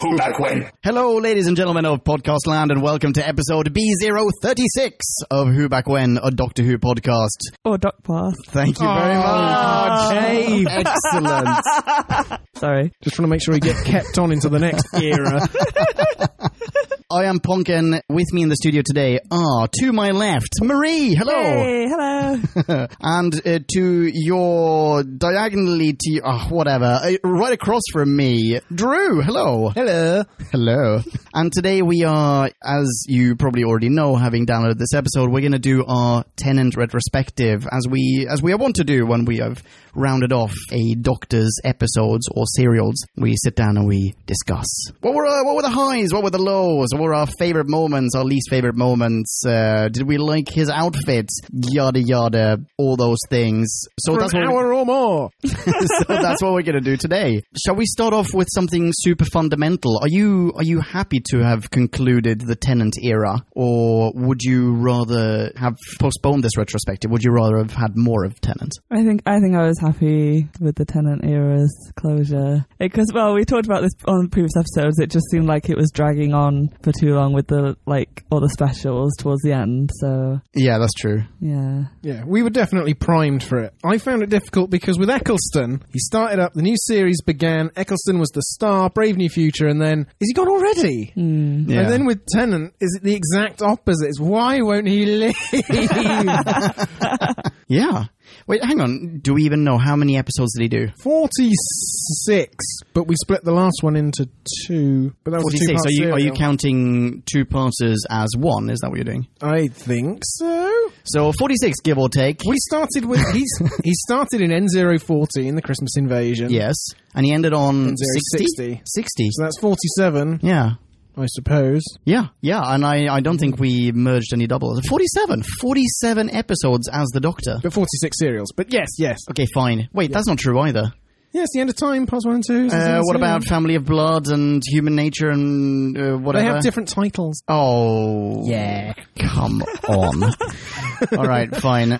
Who back when? Hello, ladies and gentlemen of Podcast Land, and welcome to episode B036 of Who Back When, a Doctor Who podcast. Or duck path. Thank you very much. Dave. Excellent. Sorry. Just want to make sure we get kept on into the next era. I am Ponken. With me in the studio today are, to my left, Marie. Hello. Hey, hello. and uh, to your diagonally to your, oh, whatever uh, right across from me drew hello hello hello and today we are as you probably already know having downloaded this episode we're going to do our tenant retrospective as we as we want to do when we have rounded off a doctor's episodes or serials we sit down and we discuss what were uh, what were the highs what were the lows what were our favorite moments our least favorite moments uh, did we like his outfit yada yada all those things so For that's an what we- hour or more. so that's what we're going to do today. Shall we start off with something super fundamental? Are you are you happy to have concluded the Tenant era, or would you rather have postponed this retrospective? Would you rather have had more of Tenant? I think I think I was happy with the tenant era's closure because well we talked about this on previous episodes. It just seemed like it was dragging on for too long with the like all the specials towards the end. So Yeah, that's true. yeah, Yeah, we were definitely primed for it. I found it difficult because with Eccleston, he started up, the new series began, Eccleston was the star, Brave New Future, and then, is he gone already? Yeah. And then with Tennant, is it the exact opposite? It's why won't he leave? yeah. Wait, hang on. Do we even know how many episodes did he do? 46, but we split the last one into two. But that was a Forty-six. two-part Are you are you serial. counting two parters as one? Is that what you're doing? I think so. So forty-six, give or take. We started with he's, he started in N014, the Christmas Invasion. Yes, and he ended on Zero, 60? 60. 60. So that's 47, Yeah. I suppose. Yeah, yeah, and I, I don't think we merged any doubles. 47! 47 episodes as the Doctor. But 46 serials. But yes, yes. Okay, fine. Wait, that's not true either. Yes, The End of Time, Parts 1 and 2. is the Uh, same what serial. about Family of Blood and Human Nature and uh, They whatever? have different titles. Oh. Yeah. Come on. All right, fine.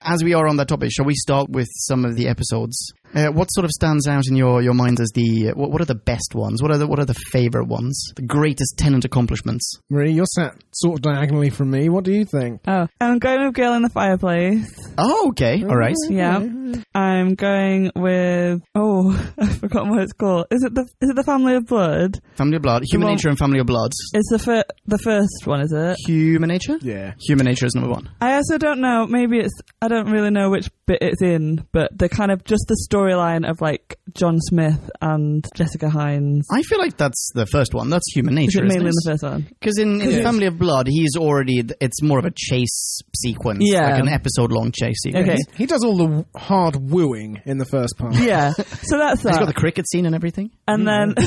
as we are on that topic, shall we start with some of the episodes? Uh, what sort of stands out in your, your mind as the uh, what, what are the best ones? What are the what are the favorite ones? The greatest tenant accomplishments? Marie, you're sat sort of diagonally from me. What do you think? oh, I'm going with Girl in the Fireplace. Oh, okay. All right. Yeah, I'm going with oh I've forgotten what it's called. Is it the is it the Family of Blood? Family of Blood. Human one- Nature and Family of Blood. It's the fir- the first one, is it? Human Nature? Yeah. Human Nature is number one. I also don't know. Maybe it's I don't really know which bit it's in, but the kind of just the storyline of like John Smith and Jessica Hines. I feel like that's the first one. That's Human Is it Nature, mainly in the first one? Because in, in Yeah. Family of Blood, he's already, it's more of a chase sequence. Yeah. Like an episode long chase sequence. Okay. He does all the w- hard wooing in the first part. Yeah. So that's He's got that. the cricket scene and everything. and then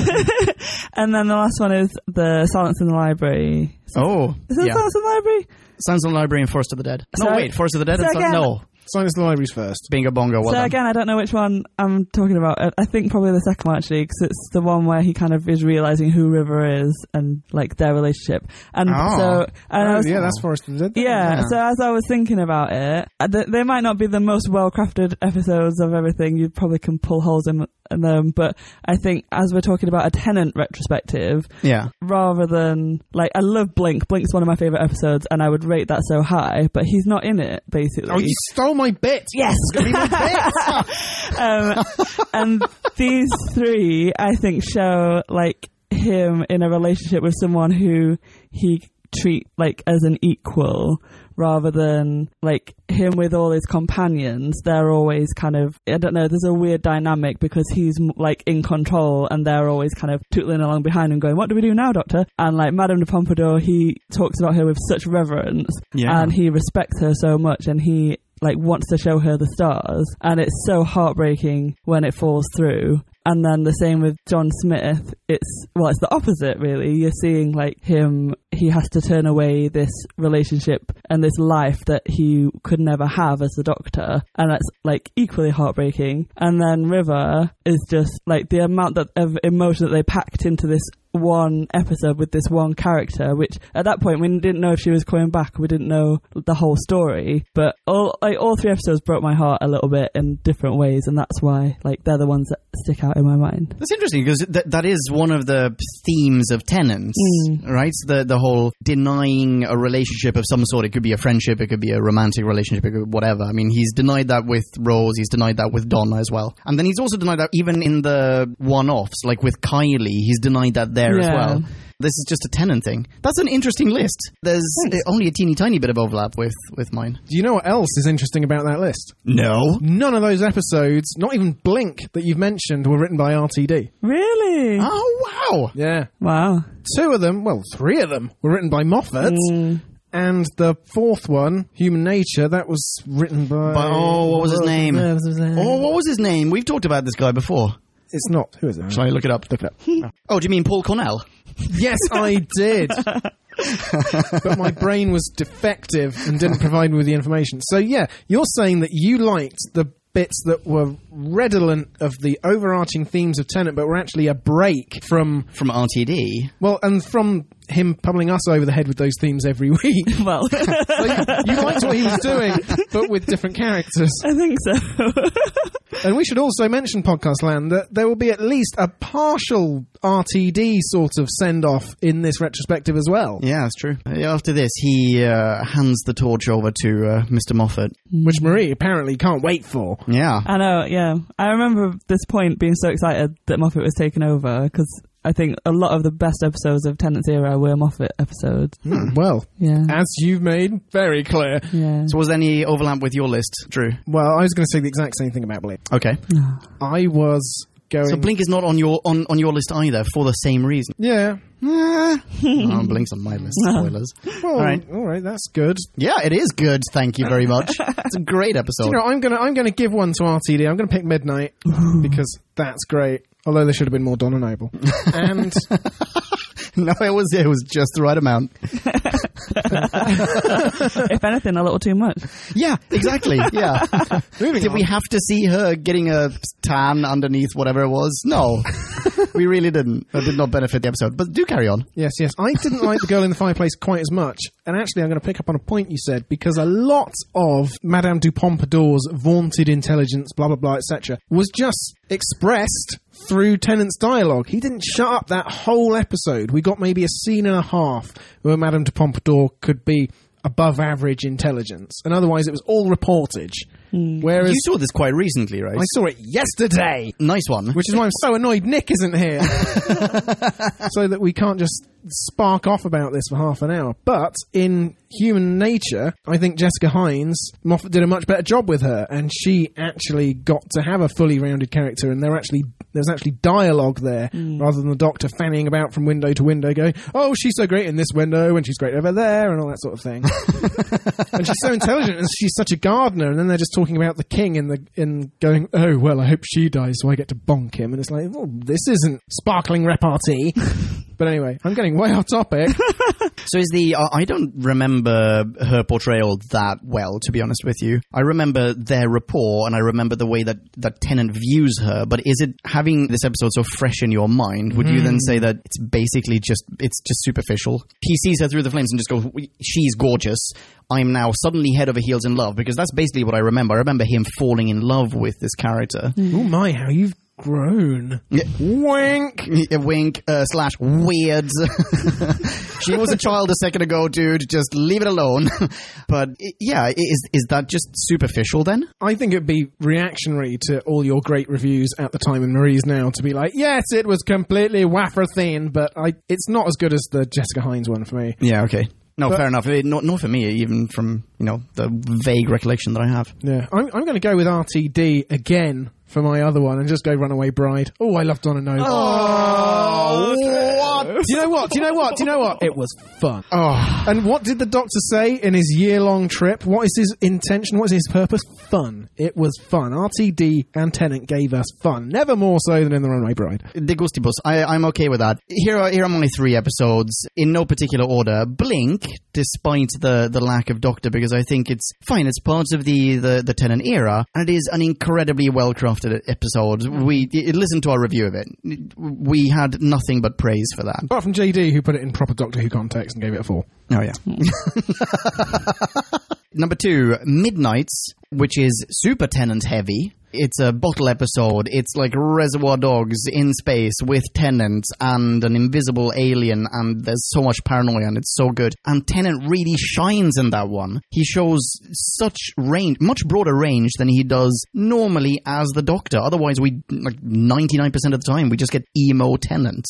and then the last one is the Silence in the Library. Oh. Is it Yeah. Silence in the Library? Sounds on Library and Forest of the Dead. No, So- wait, Forest of the Dead? so and Sil- again- no. Silence of the Libraries first. Bingo Bongo. Well so done. again, I don't know which one I'm talking about. I- I think probably the second one actually, because it's the one where he kind of is realizing who River is and like their relationship. And Oh. so and I was yeah, that's Forrest of the Dead. Yeah, Yeah. so as I was thinking about it, uh, th- they might not be the most well crafted episodes of everything. You probably can pull holes in, in them, but I think as we're talking about a tenant retrospective, yeah. rather than like, I love Blink. Blink's one of my favourite episodes, and I would rate that so high, but he's not in it, basically. Oh, you stole my bit. Yes. um, and these three, I think, show like him in a relationship with someone who he treat like as an equal rather than like him with all his companions they're always kind of i don't know there's a weird dynamic because he's m- like in control and they're always kind of tootling along behind him going what do we do now doctor and like madame de pompadour he talks about her with such reverence Yeah. and he respects her so much and he like wants to show her the stars and it's so heartbreaking when it falls through and then the same with John Smith it's well it's the opposite really you're seeing like him he has to turn away this relationship and this life that he could never have as the doctor and that's like equally heartbreaking and then River is just like the amount that of emotion that they packed into this one episode with this one character, which at that point we didn't know if she was coming back. We didn't know the whole story, but all like all three episodes broke my heart a little bit in different ways, and that's why like they're the ones that stick out in my mind. That's interesting because th- that is one of the themes of Tenants, right? The the whole denying a relationship of some sort. It could be a friendship, it could be a romantic relationship, it could be whatever. I mean, he's denied that with Rose, he's denied that with Donna as well, and then he's also denied that even in the one-offs, like with Kylie, he's denied that there as Yeah. well. This is just a tenant thing. That's an interesting list. There's uh, only a teeny tiny bit of overlap with with mine. Do you know what else is interesting about that list? No. None of those episodes, not even Blink that you've mentioned, were written by RTD. Really? Oh wow. Yeah. Wow. Two of them, well, three of them, were written by Moffat. Mm. And the fourth one, Human Nature, that was written by. But, oh, what was his name? Oh, Oh, what was his name? We've talked about this guy before. it's not. Who is it? Shall I look it up? Look it up. oh, do you mean Paul Cornell? Yes, I did. but my brain was defective and didn't provide me with the information. So, yeah, you're saying that you liked the bits that were redolent of the overarching themes of Tenet, but were actually a break from, From RTD. well, and from him pummeling us over the head with those themes every week. Well, I So you, you liked what he was doing, but with different characters. think so. And we should also mention, Podcast Land, that there will be at least a partial RTD sort of send off in this retrospective as well. Yeah, that's true. After this, he uh, hands the torch over to uh, Mr. Moffat. which Marie apparently can't wait for. Yeah. I know, yeah. I remember this point being so excited that Moffat was taken over because I think a lot of the best episodes of Tenant's era were Moffat episodes. Hmm. Well, Yeah. as you've made very clear. Yeah. So was there any overlap with your list, Drew? Well, I was going to say the exact same thing about Blink. Okay. I was going. So Blink is not on your on, on your list either for the same reason. yeah. oh, Blink's on my list. Spoilers. Well, all right. right. That's good. Yeah, it is good. Thank you very much. It's a great episode. You know, I'm gonna I'm gonna give one to RTD. I'm gonna pick Midnight because that's great. Although there should have been more Donna Noble. And no, it was it was just the right amount. if anything, a little too much. Yeah, exactly. Yeah. moving Did on. we have to see her getting a tan underneath whatever it was? No. we really didn't. That did not benefit the episode. But do carry on. Yes, yes. I didn't like the girl in the fireplace quite as much. And actually, I'm going to pick up on a point you said because a lot of Madame du Pompadour's vaunted intelligence, blah, blah, blah, etc., was just expressed through Tennant's dialogue. He didn't shut up that whole episode. We got maybe a scene and a half where Madame du Pompadour could be above average intelligence. And otherwise, it was all reportage. Whereas You saw this quite recently, right? I saw it yesterday. Nice one. Which is why I'm so annoyed Nick isn't here. so that we can't just spark off about this for half an hour. But in Human Nature, I think Jessica Hines, Moffat did a much better job with her, and she actually got to have a fully rounded character, and there actually there's actually dialogue there rather than the Doctor fanning about from window to window, going, "Oh, she's so great in this window, and she's great over there, and all that sort of thing." and she's so intelligent, and she's such a gardener. And then they're just talking about the king in the in going, oh well, I hope she dies, so I get to bonk him. And it's like, well, this isn't sparkling repartee. but anyway, I'm getting way off topic. So is the I I don't remember her portrayal that well, to be honest with you. I remember their rapport, and I remember the way that that Tennant views her. But is it having this episode so fresh in your mind? Would you then say that it's basically just it's just superficial? He sees her through the flames and just goes, "We- "She's gorgeous." I'm now suddenly head over heels in love because that's basically what I remember. I remember him falling in love with this character. oh my, how you've grown. Wank. A wink uh, slash weird. she was a child a second ago, dude. Just leave it alone. but i- yeah, i- is is that just superficial then? I think it'd be reactionary to all your great reviews at the time and Marie's now to be like, yes, it was completely waffer thin, but I, it's not as good as the Jessica Hines one for me. Yeah. Okay. No, But- fair enough. It- not not for me, even from you know the vague recollection that I have. Yeah, I'm, I'm going to go with RTD again for my other one and just go Runaway Bride. Oh, I love Donna Noble. Oh, what gross. Do you know what? Do you know what? Do you know what? It was fun. Oh, And what did the doctor say in his year long trip? What is his intention? What is his purpose? Fun. It was fun. RTD and Tennant gave us fun. Never more so than in The Runaway Bride. the Gustibus. I, I'm okay with that. Here are here are my three episodes in no particular order. Blink, despite the the lack of Doctor, because I think it's fine. It's part of the the, the Tennant era, and it is an incredibly well crafted episode. We i- listen to our review of it. We had nothing but praise for that. Apart from JD, who put it in proper Doctor Who context and gave it a four. Oh yeah. Number two, Midnights, which is super tenant heavy. It's a bottle episode. It's like Reservoir Dogs in space with tenants and an invisible alien, and there's so much paranoia, and it's so good. And Tennant really shines in that one. He shows such range, much broader range than he does normally as the Doctor. Otherwise, we like 99% of the time we just get emo Tennant.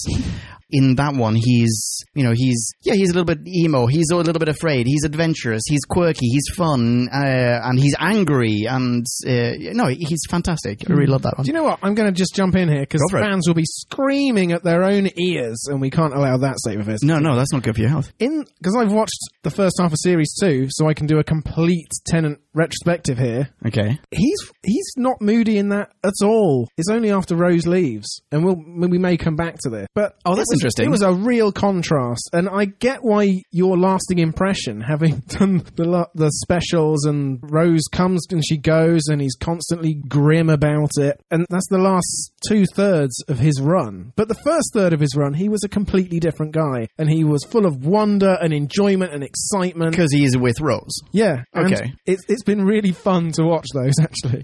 in that one he's you know he's yeah he's a little bit emo he's a little bit afraid he's adventurous he's quirky he's fun uh, and he's angry and uh, no he's fantastic i really love that one Do you know what? I'm going to just jump in here because Go for it. fans will be screaming at their own ears, and we can't allow that state of affairs. no no that's not good for your health in because I've watched the first half of series two, so I can do a complete Tennant retrospective here. okay He's he's not moody in that at all. It's only after Rose leaves, and we'll we may come back to this. But Oh, that's it was- interesting. It was a real contrast, and I get why your lasting impression, having done the lo- the specials, and Rose comes and she goes, and he's constantly grim about it, and that's the last two thirds of his run. But the first third of his run, he was a completely different guy, and he was full of wonder and enjoyment and excitement. because he is with rose Yeah. and Okay. It's it's been really fun to watch those actually.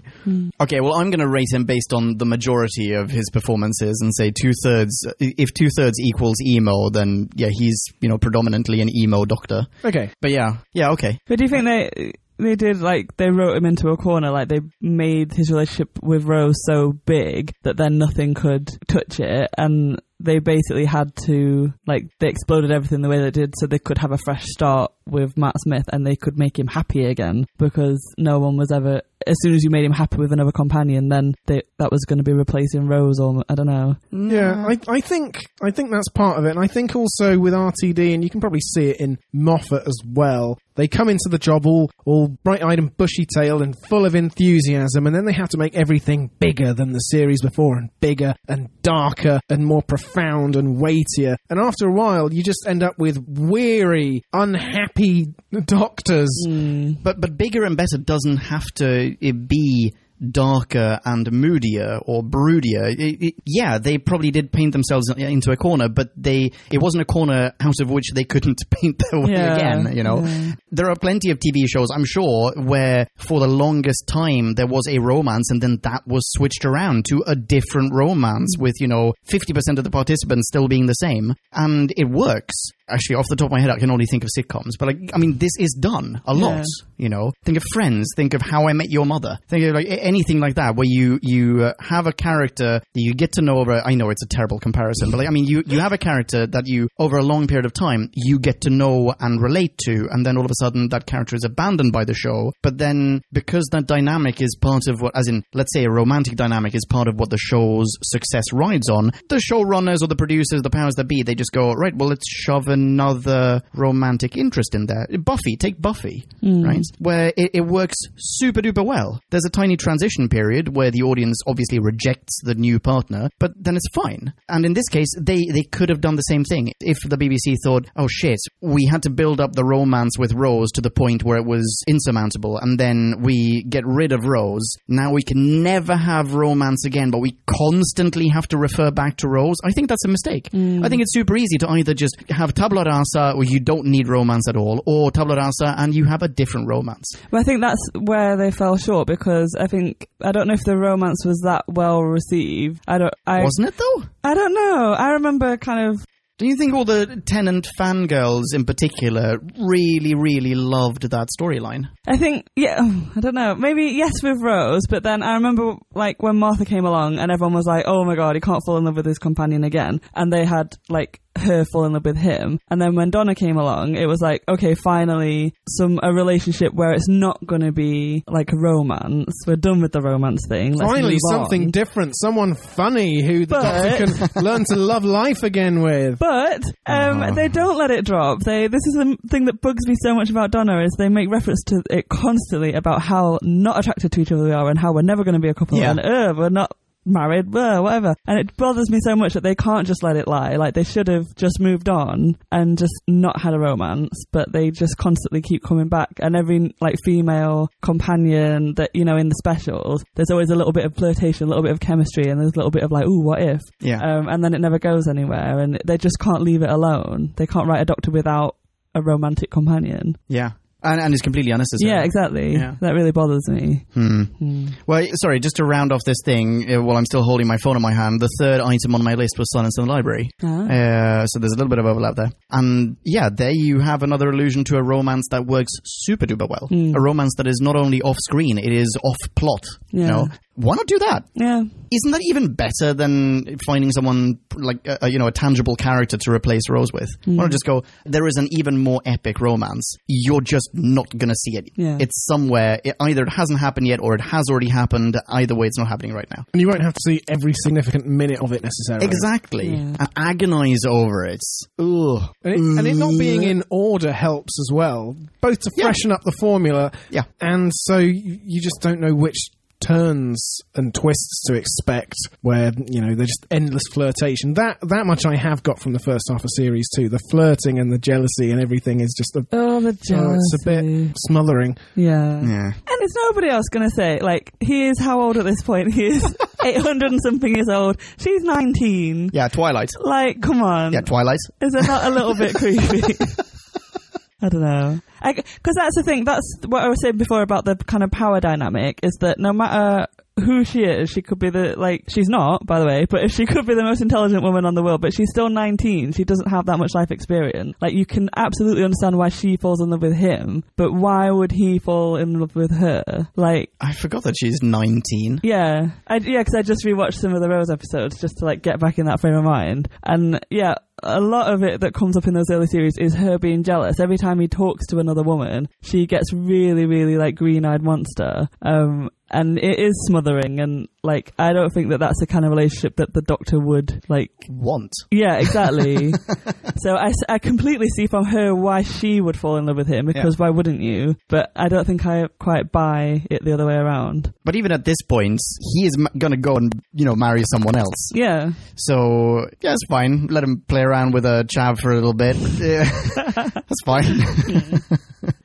okay well i'm going to rate him based on the majority of his performances and say two-thirds if two-thirds equals emo then yeah he's you know predominantly an emo doctor Okay. but yeah yeah okay But do you think they they did like they wrote him into a corner, like they made his relationship with Rose so big that then nothing could touch it, and they basically had to like they exploded everything the way they did so they could have a fresh start with Matt Smith and they could make him happy again because no one was ever as soon as you made him happy with another companion then they, that was going to be replacing Rose or I don't know Yeah, I, I think I think that's part of it, and I think also with RTD, and you can probably see it in Moffat as well. They come into the job all all bright eyed and bushy tailed and full of enthusiasm, and then they have to make everything bigger than the series before, and bigger and darker and more profound and weightier. And after a while, you just end up with weary, unhappy doctors. Hmm, But but bigger and better doesn't have to uh, be darker and moodier or broodier. It- it- yeah, they probably did paint themselves eh, into a corner, but they it wasn't a corner out of which they couldn't paint their way Yeah, again. You know, there are plenty of TV shows I'm sure where for the longest time there was a romance and then that was switched around to a different Mm. romance with you know 50% of the participants still being the same, and it works. Actually, off the top of my head, I can only think of sitcoms, but like, I mean, this is done a lot. Yeah. You know, think of Friends, think of How I Met Your Mother, think of like a- anything like that, where you you uh, have a character that you get to know over. I know it's a terrible comparison, but like, I mean, you you have a character that you over a long period of time you get to know and relate to, and then all of a sudden that character is abandoned by the show. But then because that dynamic is part of what, as in, let's say a romantic dynamic is part of what the show's success rides on. The showrunners or the producers, the powers that be, they just go right. Well, let's shove another romantic interest in there. Buffy, take Buffy right? Where it, it works super duper well. There's a tiny transition period where the audience obviously rejects the new partner, but then it's fine. And in this case, they, they could have done the same thing if the BBC thought, oh shit, we had to build up the romance with Rose to the point where it was insurmountable, and then we get rid of Rose. Now we can never have romance again, but we constantly have to refer back to Rose. I think that's a mistake. Mm. I think it's super easy to either just have tabla rasa, or you don't need romance at all, or tabla rasa and you have a different romance. Well, I think that's where they fell short because I think I don't know if the romance was that well received. I don't. I Wasn't it though? I don't know. I remember kind of. Do you think all the tenant fangirls in particular really, really loved that storyline? I think yeah. I don't know. Maybe yes with Rose, but then I remember like when Martha came along and everyone was like, "Oh my god, he can't fall in love with his companion again," and they had like her fall in love with him. And then when Donna came along, it was like, okay, finally, some a relationship where it's not going to be like a romance. We're done with the romance thing. Let's Finally, move on. something different, someone funny who the But- doctor can learn to love life again with. But um, Ah. they don't let it drop. They this is the thing that bugs me so much about Donna is they make reference to it constantly about how not attracted to each other we are and how we're never going to be a couple Yeah. and uh, we're not married, uh, whatever. And it bothers me so much that they can't just let it lie. Like they should have just moved on and just not had a romance, but they just constantly keep coming back. And every like female companion that you know in the specials, there's always a little bit of flirtation, a little bit of chemistry, and there's a little bit of like, ooh, what if? Yeah. um, and then it never goes anywhere, and they just can't leave it alone. They can't write a doctor without a romantic companion. yeah. And, and it's completely unnecessary. yeah, exactly. Yeah. That really bothers me. Well, sorry, just to round off this thing, uh, while I'm still holding my phone in my hand, the third item on my list was Silence in the Library. Ah. Uh, so there's a little bit of overlap there. And yeah, there you have another allusion to a romance that works super duper well. Hmm. A romance that is not only off screen, it is off plot. You Yeah. know? Why not do that? Yeah, Isn't that even better than finding someone like a, a, you know a tangible character to replace Rose with? Why Hmm. not just go? There is an even more epic romance. You're just not gonna see it. Yeah. It's somewhere. It, either it hasn't happened yet, or it has already happened. Either way, it's not happening right now. And you won't have to see every significant minute of it necessarily. Exactly. Yeah. And agonize over it. Ugh. And it, and it not being in order helps as well, both to Mm. Yeah. freshen up the formula, Yeah. and so you, you just don't know which turns and twists to expect. Where you know they're just endless flirtation. That that much I have got from the first half of series two. The flirting and the jealousy and everything is just a, oh, the jealousy. oh, it's a bit smothering. Yeah. Yeah. And it's nobody else going to say, like, he is how old at this point? He is 800 and something years old. She's 19. Yeah. Twilight. Like, come on. Yeah. Twilight. Is it not a little bit creepy? I don't know. Because that's the thing. That's what I was saying before about the kind of power dynamic is that no matter who she is, she could be the, like, she's not, by the way, but if she could be the most intelligent woman on the world, but she's still 19. She doesn't have that much life experience. Like, you can absolutely understand why she falls in love with him, but why would he fall in love with her? Like, I forgot that she's nineteen. yeah, I, yeah, because I just rewatched some of the Rose episodes just to like get back in that frame of mind, and yeah, a lot of it that comes up in those early series is her being jealous. Every time he talks to another woman, she gets really, really like green-eyed monster, um, and it is smothering. And like, I don't think that that's the kind of relationship that the Doctor would like Want. yeah, exactly. so I, s- I completely see from her why she would fall in love with him because why wouldn't you? But I don't think I quite buy it the other way around. But even at this point, he is m- gonna go and you know marry someone else. Yeah. So yeah, it's fine. Let him play around with a chav for a little bit. Yeah. That's fine.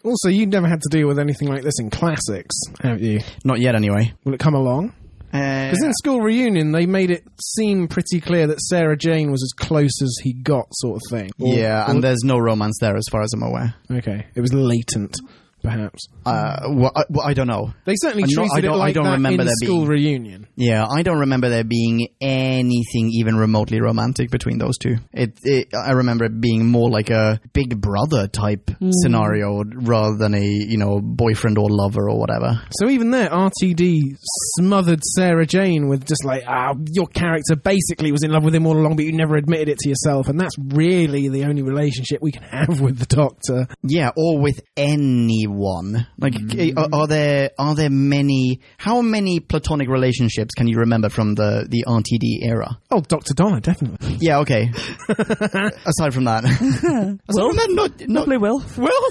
Also, you never had to deal with anything like this in classics, have you? Not yet, anyway. Will it come along? Uh, Because in School Reunion, they made it seem pretty clear that Sarah Jane was as close as he got, sort of thing. Or- yeah, or- and there's no romance there, as far as I'm aware. okay, it was latent, perhaps. Uh, well, I, well, I don't know. They certainly I'm not- treated I don't- it I like don't that remember in there School being- Reunion. Yeah, I don't remember there being anything even remotely romantic between those two. It, it I remember it being more like a big brother type scenario rather than a you know boyfriend or lover or whatever. So even there, RTD smothered Sarah Jane with just like, ah, your character basically was in love with him all along, but you never admitted it to yourself, and that's really the only relationship we can have with the Doctor. Yeah, or with anyone. Like, eh, are, are there are there many? How many platonic relationships can you remember from the the RTD era? Oh, Doctor Donna, definitely. Yeah, okay. Aside from that, Aside from that, not, not Probably will. well.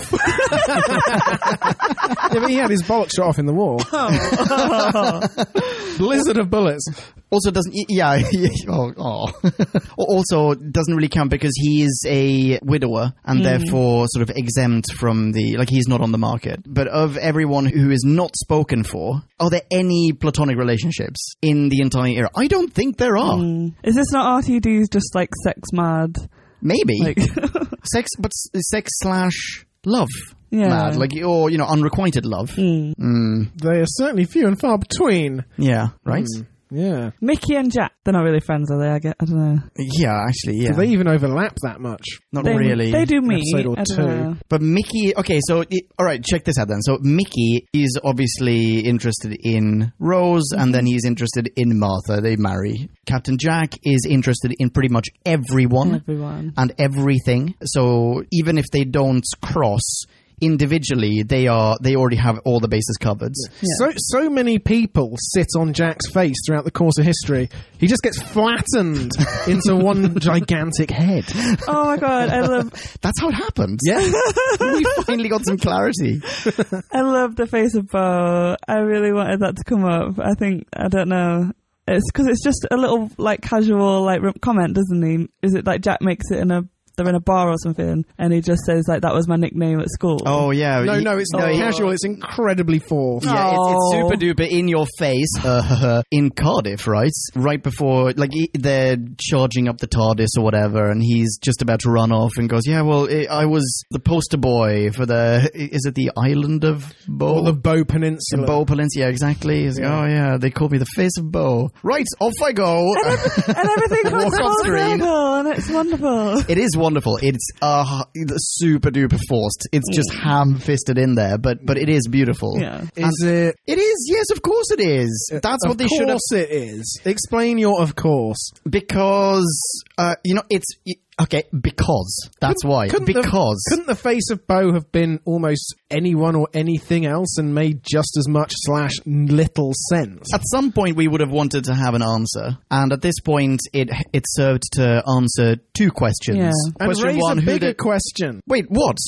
yeah, but he had his bullet shot off in the wall. Blizzard of bullets. Also doesn't. Yeah. oh, oh. also doesn't really count because he is a widower and therefore sort of exempt from the like he's not on the market. But of everyone who is not spoken for, are there any platonic relationships in the entire era? I don't think there are. Is this not RTD's just like sex mad? Maybe Like, sex, but s- sex slash love. Yeah. Mm. Mad, like or you know unrequited love. They are certainly few and far between. Hmm. Mm. Yeah. Right. Yeah. Mickey and Jack, they're not really friends, are they? I, get, I don't know. Yeah, actually, yeah. Do they even overlap that much? Not They, really. They do meet. Episode or I don't two. know. But Mickey, okay, so it, all right, check this out then. So Mickey is obviously interested in Rose, and Mm-hmm. then he's interested in Martha. They marry. Captain Jack is interested in pretty much everyone Everyone. and everything. So even if they don't cross individually, they are they already have all the bases covered. So so many people sit on Jack's face throughout the course of history. He just gets flattened into one gigantic head. Oh my god, I love That's how it happened. Yeah, we finally got some clarity. I love the face of Bo. I really wanted that to come up. I think I don't know. It's because it's just a little like casual like r- comment, doesn't he? Is it like Jack makes it in a they're in a bar or something, and he just says like that was my nickname at school. Oh yeah. No, He- no, it's not he- casual. It's incredibly forced. Yeah, it's, it's Oh. super duper in your face uh, in Cardiff, right? Right before, like, he- they're charging up the TARDIS or whatever, and he's just about to run off and goes, Yeah, well, i I was the poster boy for the. Is it the island of Bo? Or Oh. the Bow The Peninsula. Bo Palencia, exactly. He's like, oh yeah, they called me the face of Bo. Right, off I go. and everything comes Walk on full screen. circle, and it's wonderful. it is wonderful. It's uh, super duper forced. It's just ham fisted in there, but but it is beautiful. Mm. Yeah. Is it? It is, yes, of course it is. That's of what they should have course it is. Explain your of course. Because uh, you know it's okay. Because that's why. Couldn't the- Because couldn't the face of Bo have been almost anyone or anything else and made just as much slash little sense? at some point we would have wanted to have an answer, and at this point it it served to answer two questions. Yeah. And Question raise one: a Who bigger did? question. Wait, what?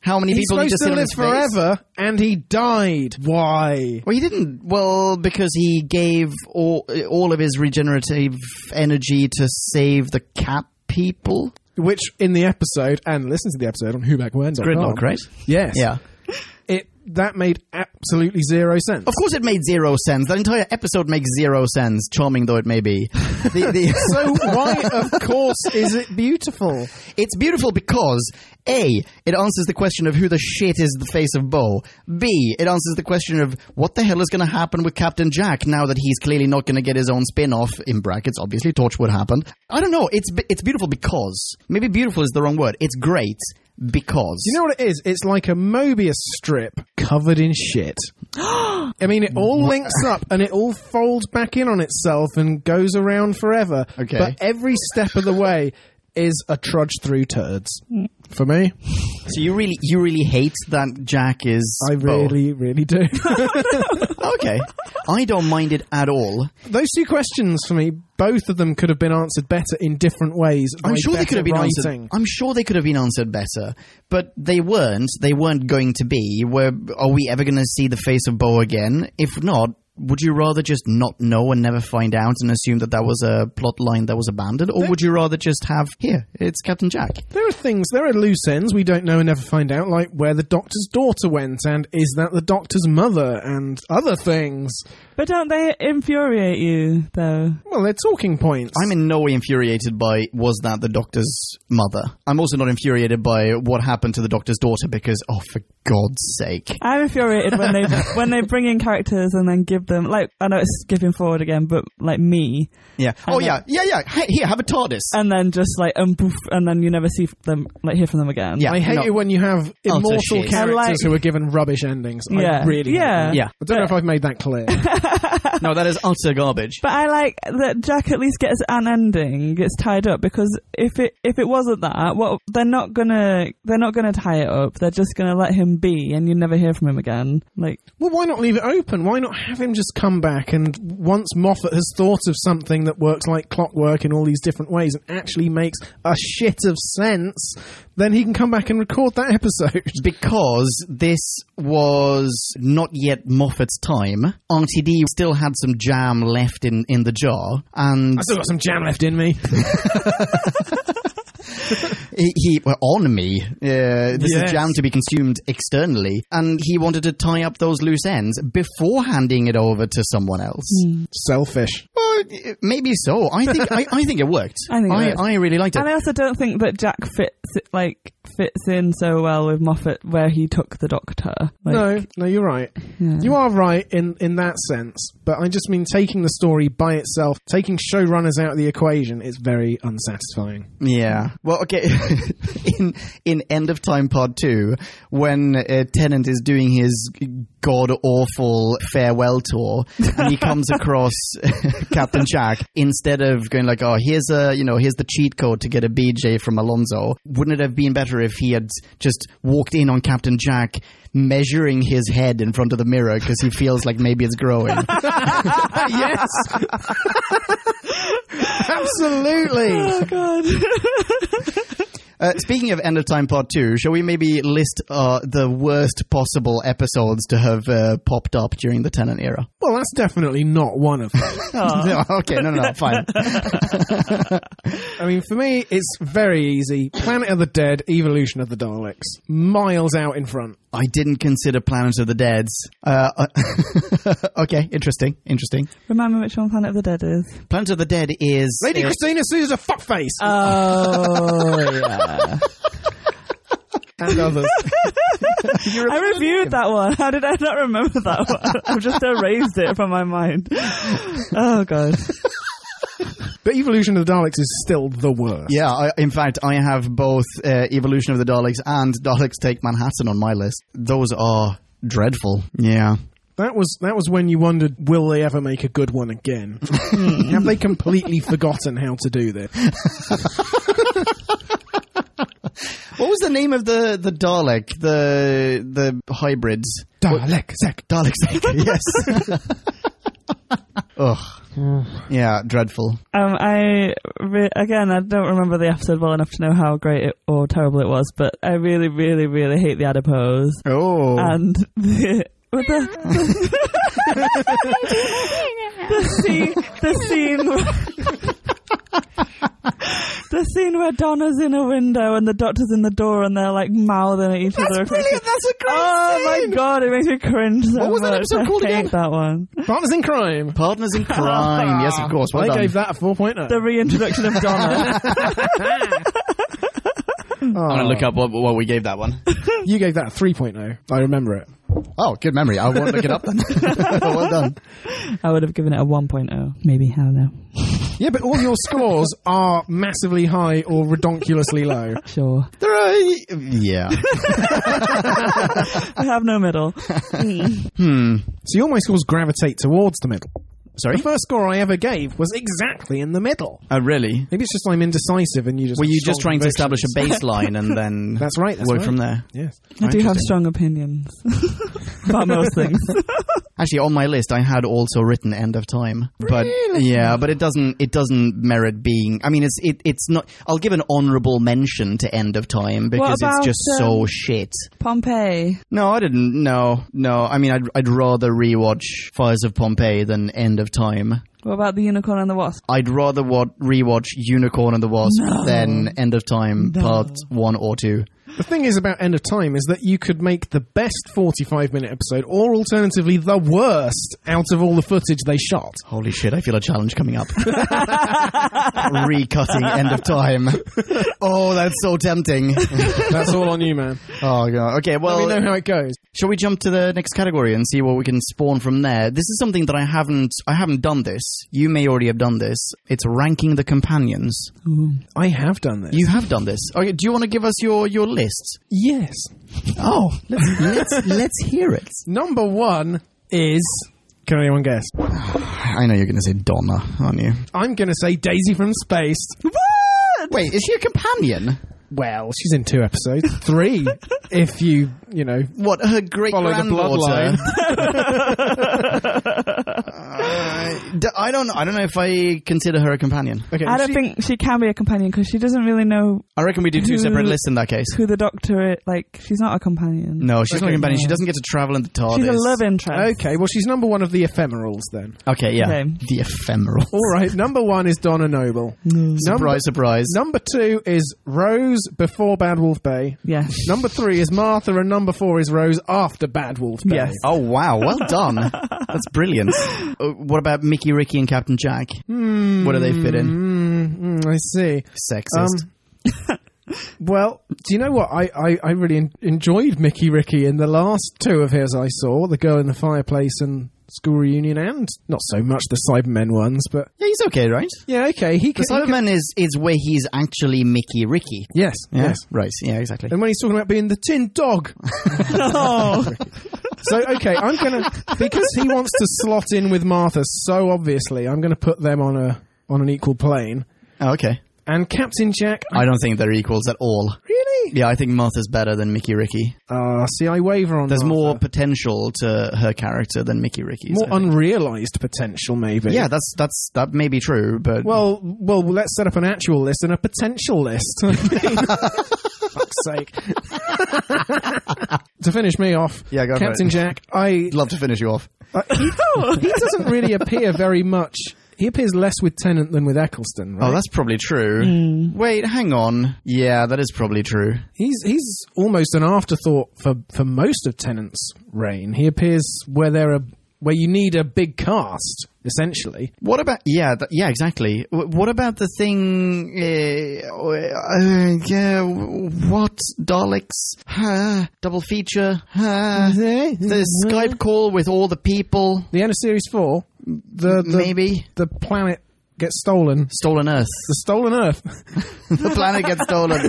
How many He's people did supposed you to sit on live his face? forever, and he died. Why? Well, he didn't. Well, because he gave all all of his regenerative energy to save the cat people. Which in the episode, and listen to the episode on Who Back When. Gridlock, right? Yes. Yeah. It that made absolutely zero sense. Of course, it made zero sense. That entire episode makes zero sense, charming though it may be. The, the, So why, of course, is it beautiful? It's beautiful because A, it answers the question of who the shit is the face of Bo. B, it answers the question of what the hell is going to happen with Captain Jack now that he's clearly not going to get his own spin-off in brackets obviously Torchwood happened. I don't know, it's it's beautiful because. Maybe beautiful is the wrong word. It's great because. You know what it is? It's like a Mobius strip covered in shit. I mean, it all links up and it all folds back in on itself and goes around forever. Okay. But every step of the way is a trudge through turds. Hmm. For me, so you really you really hate that Jack is I Bo. really, really do. Okay. I don't mind it at all. Those two questions for me, both of them could have been answered better in different ways. I'm by sure they better could have been writing. answered. I'm sure they could have been answered better, but they weren't. They weren't going to be. Where are we ever going to see the face of Bo again? If not, would you rather just not know and never find out and assume that that was a plot line that was abandoned, or would you rather just have here? It's Captain Jack. There are things, there are loose ends we don't know and never find out, like where the doctor's daughter went and is that the doctor's mother and other things. But don't they infuriate you though? Well, they're talking points. I'm in no way infuriated by was that the Doctor's mother. I'm also not infuriated by what happened to the Doctor's daughter because oh, for God's sake. I'm infuriated when they when they bring in characters and then give them like I know it's skipping forward again, but like me, Yeah. Oh Uh-huh. know. yeah. Yeah yeah. Hey, here, have a TARDIS. and then just like um, poof, and then you never see them like hear from them again. yeah. I hate no. it when you have immortal shit. characters I like- who are given rubbish endings. I Yeah. really hate Yeah. that. Yeah. I don't know if I've made that clear. Uh-huh. No, that is utter garbage. But I like that Jack at least gets an ending, gets tied up because if it if it wasn't that, what they're not gonna they're not gonna tie it up. They're just gonna let him be, and you never hear from him again. Like well, why not leave it open? Why not have him just come back and once Moffat has thought of something that works like clockwork in all these different ways and actually makes a shit of sense, then he can come back and record that episode. because this was not yet Moffat's time. Auntie D still had some jam left in, in the jar, and I still got some jam left in me. he, he well, on me. Uh, this Yes. is jam to be consumed externally, and he wanted Hmm. to tie up those loose ends before handing it over to someone else. Selfish. Well, Uh, maybe so. I think I, I think it worked. I think it I, worked. I really liked it. And I also don't think that Jack fits like fits in so well with Moffat where he took the Doctor. Like, no, no, you're right. yeah. You are right in in that sense, but I just mean taking the story by itself, taking showrunners out of the equation is very unsatisfying. Yeah. Well, okay. in in End of Time Part Two, when uh, Tennant is doing his god awful farewell tour, and he comes across Captain Jack, instead of going like, "Oh, here's a you know here's the cheat code to get a BJ from Alonso," wouldn't it have been better if he had just walked in on Captain Jack? Measuring his head in front of the mirror because he feels like maybe it's growing. yes, absolutely. Oh god. Uh, speaking of End of Time Part 2, shall we maybe list uh, the worst possible episodes to have uh, popped up during the Tenant era? Well, that's definitely not one of them. Aw. No, okay, no, no, no, fine. I mean, for me, it's very easy. Planet of the Dead, Evolution of the Daleks, miles out in front. I didn't consider Planet of the Dead's. Uh, uh, okay, interesting, interesting. Remind me which one Planet of the Dead is. Planet of the Dead is... Lady uh, Christina sues a fuckface Uh. Oh yeah. and others. I reviewed that one. How did I not remember that one? I've just erased it from my mind. Oh god. but Evolution of the Daleks is still the worst. Yeah, I, in fact, I have both uh, Evolution of the Daleks and Daleks Take Manhattan on my list. Those are dreadful. Yeah. That was that was when you wondered, will they ever make a good one again? Have they completely forgotten how to do this? What was the name of the, the Dalek, the the hybrids? Dalek, Zek. Dalek Sake, yes. Ugh. Yeah, dreadful. Um, I re- again, I don't remember the episode well enough to know how great it, or terrible it was, but I really, really, really hate the adipose Oh. and the. With the, the scene, the scene, where- the scene where Donna's in a window and the doctor's in the door and they're like mouthing at each other. across the- That's a great Oh my god, it makes me cringe so What was that much. episode I called hate again? that one. Partners in crime. Partners in crime. yes, of course. Well I done. gave that a oh. 4.0. The reintroduction of Donna. I'm going to look up what, what we gave that one. You gave that a 3.0. I remember it. oh, good memory. I won't look it up then. well done. I would have given it a 1.0. Maybe, how now? Yeah, but all your scores are massively high or redonkulously low. Sure. There are, yeah. I have no middle. Hmm. So all my scores gravitate towards the middle. Sorry? The first score I ever gave was exactly in the middle. Oh, really? Maybe it's just I'm indecisive and you just. Were you strong just trying to conviction. establish a baseline and then That's right. That's work right. from there? Yes. I do have strong opinions about most things. Actually, on my list, I had also written "End of Time," but yeah, but it doesn't it doesn't merit being. I mean, it's it, it's not. I'll give an honourable mention to "End of Time" because it's about, just so um, shit. Pompeii. No, I didn't. No, no. I mean, I'd I'd rather rewatch Fires of Pompeii than End of Time. What about the unicorn and the wasp? I'd rather wa- rewatch Unicorn and the Wasp than End of Time Part One or Two. The thing is about End of Time is that you could make the best 45 minute episode or alternatively the worst out of all the footage they shot. Holy shit, I feel a challenge coming up. Recutting End of Time. Oh, that's so tempting. That's all on you, man. Oh god. Okay, well Let me know how it goes. Shall we jump to the next category and see what we can spawn from there? This is something that I haven't I haven't done this. You may already have done this. It's ranking the companions. I have done this. You have done this. Okay, do you want to give us your your list? yes. Oh, let's let's, let's hear it. Number one is. Can anyone guess? I know you're going to say Donna, aren't you? I'm going to say Daisy from Space. Wait, is she a companion? Well, she's in two episodes. Three, if you, you know. What her great Follow the granddaughter? bloodline. Uh, d- I don't. I don't know if I consider her a companion. Okay, I don't she- think she can be a companion because she doesn't really know I reckon we do two Who- separate lists in that case. who the doctor is. Like, she's not a companion. No, she's not a Okay, companion. no. She doesn't get to travel in the TARDIS. She's a love interest. Okay, well, she's number one of the ephemerals then. Okay, yeah. Okay. The ephemeral. All right, number one is Donna Noble. No. Oh, Number, Surprise, surprise. number two is Rose Rose before Bad Wolf Bay. Yes. Number three is Martha, and number four is Rose after Bad Wolf Bay. Yes. Oh wow! Well done. That's brilliant. Uh, what about Mickey, Ricky, and Captain Jack? Hmm. What do they fit in? Mm, mm, I see. Sexist. Um, Well, do you know what? I, I, I really en- enjoyed Mickey Ricky in the last two of his I saw The Girl in the Fireplace and School Reunion, and not so much the Cybermen ones, but yeah, he's okay, right? yeah, okay. He The can. he can- Cyberman is is where he's actually Mickey, Ricky. yes, Yeah, yes. Um, right. Yeah, exactly. And when he's talking about being the tin dog. Oh. So, okay, I'm going to. Because he wants to slot in with Martha so obviously, I'm going to put them on, a, on an equal plane. Oh, okay. And Captain Jack. I don't think they're equals at all. Really? Yeah, I think Martha's better than Mickey, Ricky. Ah, see, I waver on There's Martha. more potential to her character than Mickey, Ricky's. I More think. unrealised potential, maybe. yeah, that's that's that may be true, but Well, well, let's set up an actual list and a potential list. Fuck's sake. to finish me off, Yeah, go for Captain it. Jack, I, I'd love to finish you off. I he, he doesn't really appear very much. He appears less with Tennant than with Eccleston, right? Hmm. Oh, that's probably true. Wait, hang on. Yeah, that is probably true. he's he's almost an afterthought for, for most of Tennant's reign. He appears where there are where you need a big cast, essentially. What about yeah th- yeah exactly? W- what about the thing? Uh, uh, yeah, what Daleks? Huh? double feature? Huh? the Skype call with all the people? The end of series four, the, the Maybe the planet gets stolen. stolen Earth. The stolen Earth. the planet gets stolen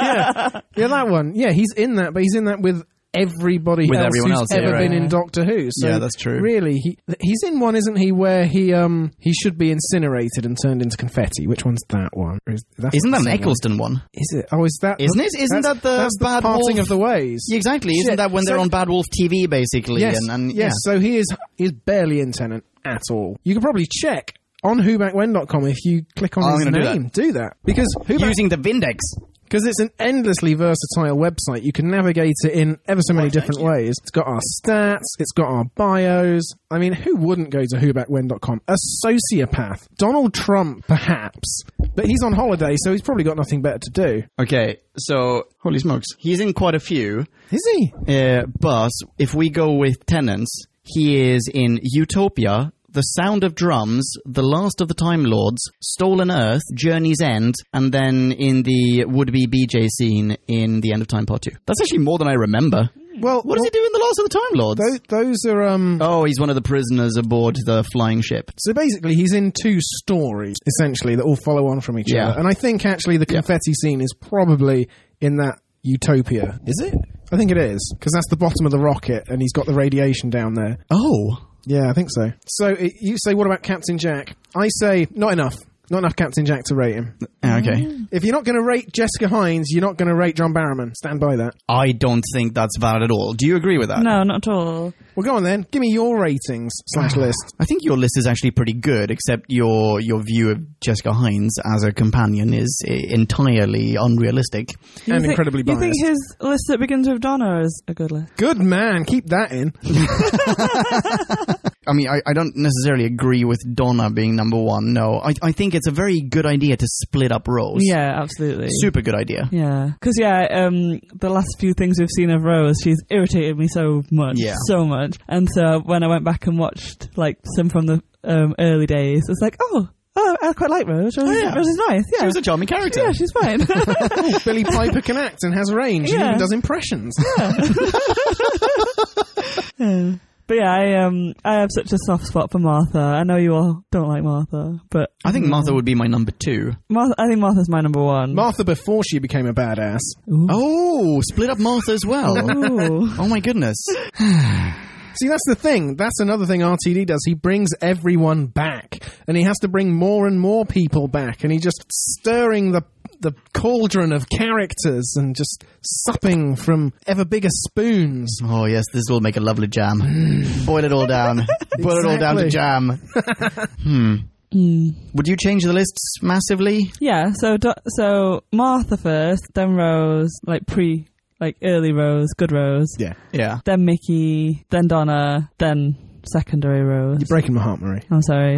Yeah, that one. Yeah, he's in that, but he's in that with everybody With else everyone who's else, yeah, ever right. been in Doctor Who. So Yeah, that's true. Really, he he's in one, isn't he? Where he um he should be incinerated and turned into confetti. Which one's that one? Or Is, that's Isn't that an the same one. Eccleston one? Is it? Oh, is that? Isn't it? Isn't that's- that the that's Bad parting Wolf- of the ways? Yeah, exactly. Isn't Shit. that when they're So- on Bad Wolf TV basically? Yes. And, and yes. So he is he is barely in Tenant at all. You can probably check on whobackwhen.com if you click on I'm his gonna do that. name. Do that, because who yeah. Back- using the Vindex. Because it's an endlessly versatile website. You can navigate it in ever so many different ways. It's got our stats, it's got our bios. I mean, who wouldn't go to whobackwhen.com? A sociopath. Donald Trump, perhaps. But he's on holiday, so he's probably got nothing better to do. Okay, so holy smokes, he's in quite a few. Is he? Uh, but if we go with Tenants, he is in Utopia, The Sound of Drums, The Last of the Time Lords, Stolen Earth, Journey's End, and then in the would-be BJ scene in The End of Time Part Two. That's actually more than I remember. Well, What does he do in The Last of the Time Lords? Those, those are. um. Oh, he's one of the prisoners aboard the flying ship. So basically, he's in two stories, essentially, that all follow on from each Yeah. other. And I think actually the confetti scene is probably in that utopia. Is it? I think it is. Because that's the bottom of the rocket, and he's got the radiation down there. Oh, Yeah, I think so. So it, you say, what about Captain Jack? I say, not enough. Not enough Captain Jack to rate him. okay. If you're not going to rate Jessica Hines, you're not going to rate John Barrowman. Stand by that. I don't think that's valid at all. Do you agree with that? No, not at all. Well, go on then. Give me your ratings slash list. I think your list is actually pretty good, except your your view of Jessica Hines as a companion is i- entirely unrealistic. You and think- incredibly biased. You think his list that begins with Donna is a good list? Good man. Keep that in. I mean, I, I don't necessarily agree with Donna being number one. No, I, I think it's a very good idea to split up roles. Yeah, absolutely. super good idea. Yeah, because yeah, um, the last few things we've seen of Rose, she's irritated me so much, Yeah. so much. And so when I went back and watched like some from the um, early days, it's like, oh, oh, I quite like Rose. Rose, yeah. Rose is nice. Yeah, She was a charming character. yeah, she's fine. Billy Piper can act and has range and Yeah. even does impressions. but yeah, I um, I have such a soft spot for Martha. I know you all don't like Martha, but I think Martha Mm. would be my number two. Martha, I think Martha's my number one. Martha before she became a badass. Oh, split up Martha as well. Ooh. oh my goodness. See, that's the thing. That's another thing RTD does. He brings everyone back, and he has to bring more and more people back, and he just stirring the the cauldron of characters and just supping from ever bigger spoons. Oh yes, this will make a lovely jam. Mm. Boil it all down. Boil it all down to Exactly. jam. hmm. Mm. Would you change the lists massively? Yeah, so do- so Martha first, then Rose, like pre, like early Rose, good Rose, Yeah. Yeah. then Mickey, then Donna, then secondary roles. You're breaking my heart, Marie. I'm sorry.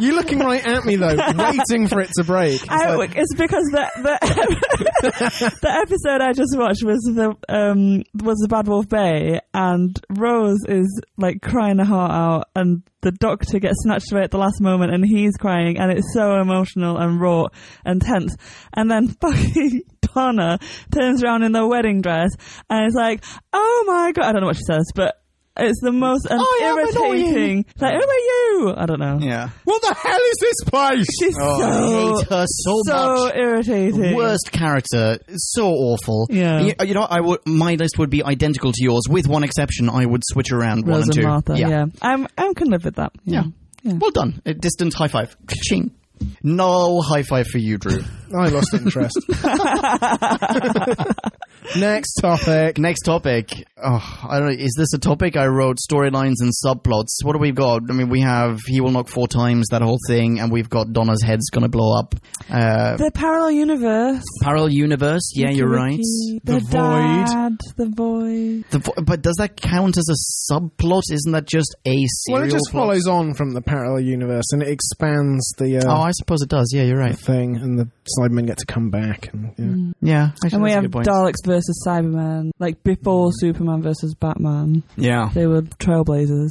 You're looking right at me though, waiting for it to break. It's I, like, it's because the the, the episode I just watched was the um was the Bad Wolf Bay, and Rose is like crying her heart out, and the doctor gets snatched away at the last moment, and he's crying, and it's so emotional and raw and tense, and then fucking. Donna turns around in the wedding dress and is like, "Oh my god!" I don't know what she says, but it's the most um, I am annoying. irritating. Like, who are you? I don't know. Yeah. Oh, what the hell is this place? Oh, She's I so hate her so, Oh, so much. irritating. Worst character, so awful. Yeah. you, you know, I would. My list would be identical to yours, with one exception. I would switch around one Rose and and two. Martha. Yeah. I'm I'm can live with that. Yeah. Well done. A distant high five. Ching. No high five for you, Drew. I lost interest. Next topic. Next topic. Oh, I don't know. Is this a topic? I wrote storylines and subplots. What do we got? I mean, we have he will knock four times that whole thing, and we've got Donna's head's gonna blow up. Uh, The parallel universe. parallel universe. Yeah, you're right. Wiki, The The, void. dad, the void. The, vo- but does that count as a subplot? Isn't that just a serial Well, it just plot? follows on from the parallel universe and it expands the uh, Oh, I suppose it does. Yeah, you're right. thing, and the Cybermen get to come back. And, yeah. Yeah, actually, And we that's a have good point. Mm. Daleks versus Cybermen. Like before Superman versus Batman, yeah, they were trailblazers.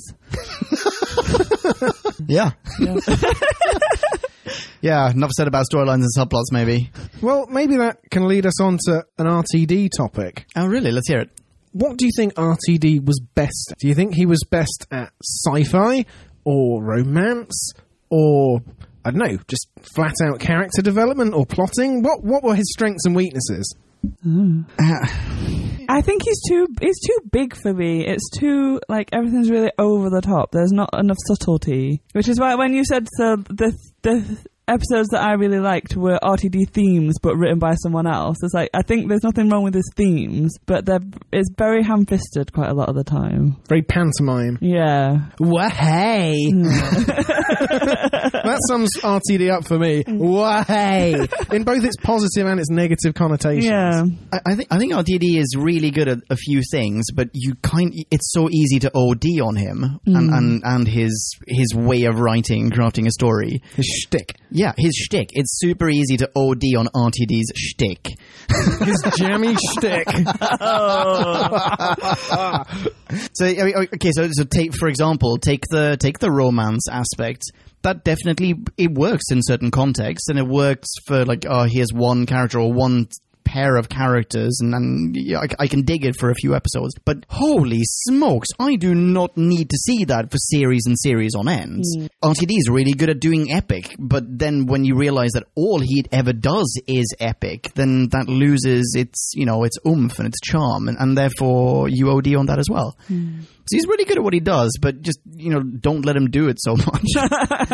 yeah, Yeah. yeah. Enough said about storylines and subplots, maybe. Well, maybe that can lead us on to an RTD topic. Oh, really? Let's hear it. What do you think RTD was best at? Do you think he was best at sci fi or romance or. I don't know, just flat out character development or plotting. What what were his strengths and weaknesses? I think he's too he's too big for me. It's too like everything's really over the top. There's not enough subtlety, which is why when you said so the the episodes that I really liked were RTD themes, but written by someone else. It's like I think there's nothing wrong with his themes, but they're it's very ham-fisted quite a lot of the time. Very pantomime. Yeah, Wahey! that sums RTD up for me. Wahey! In both its positive and its negative connotations. yeah. I, I think I think RTD is really good at a few things, but you kind it's so easy to OD on him and, and and his his way of writing, crafting a story. His shtick. Yeah, his shtick. It's super easy to OD on RTD's shtick. His jammy shtick. So I mean, oh, okay, so so take for example, take the take the romance aspect. That definitely it works in certain contexts, and it works for like oh here's one character or one pair of characters, and, and yeah, I, I can dig it for a few episodes. But holy smokes, I do not need to see that for series and series on end. RTD is really good at doing epic, but then when you realize that all he ever does is epic, then that loses its you know its oomph and its charm, and, and therefore you OD on that as well. So he's really good at what he does, but just you know, don't let him do it so much.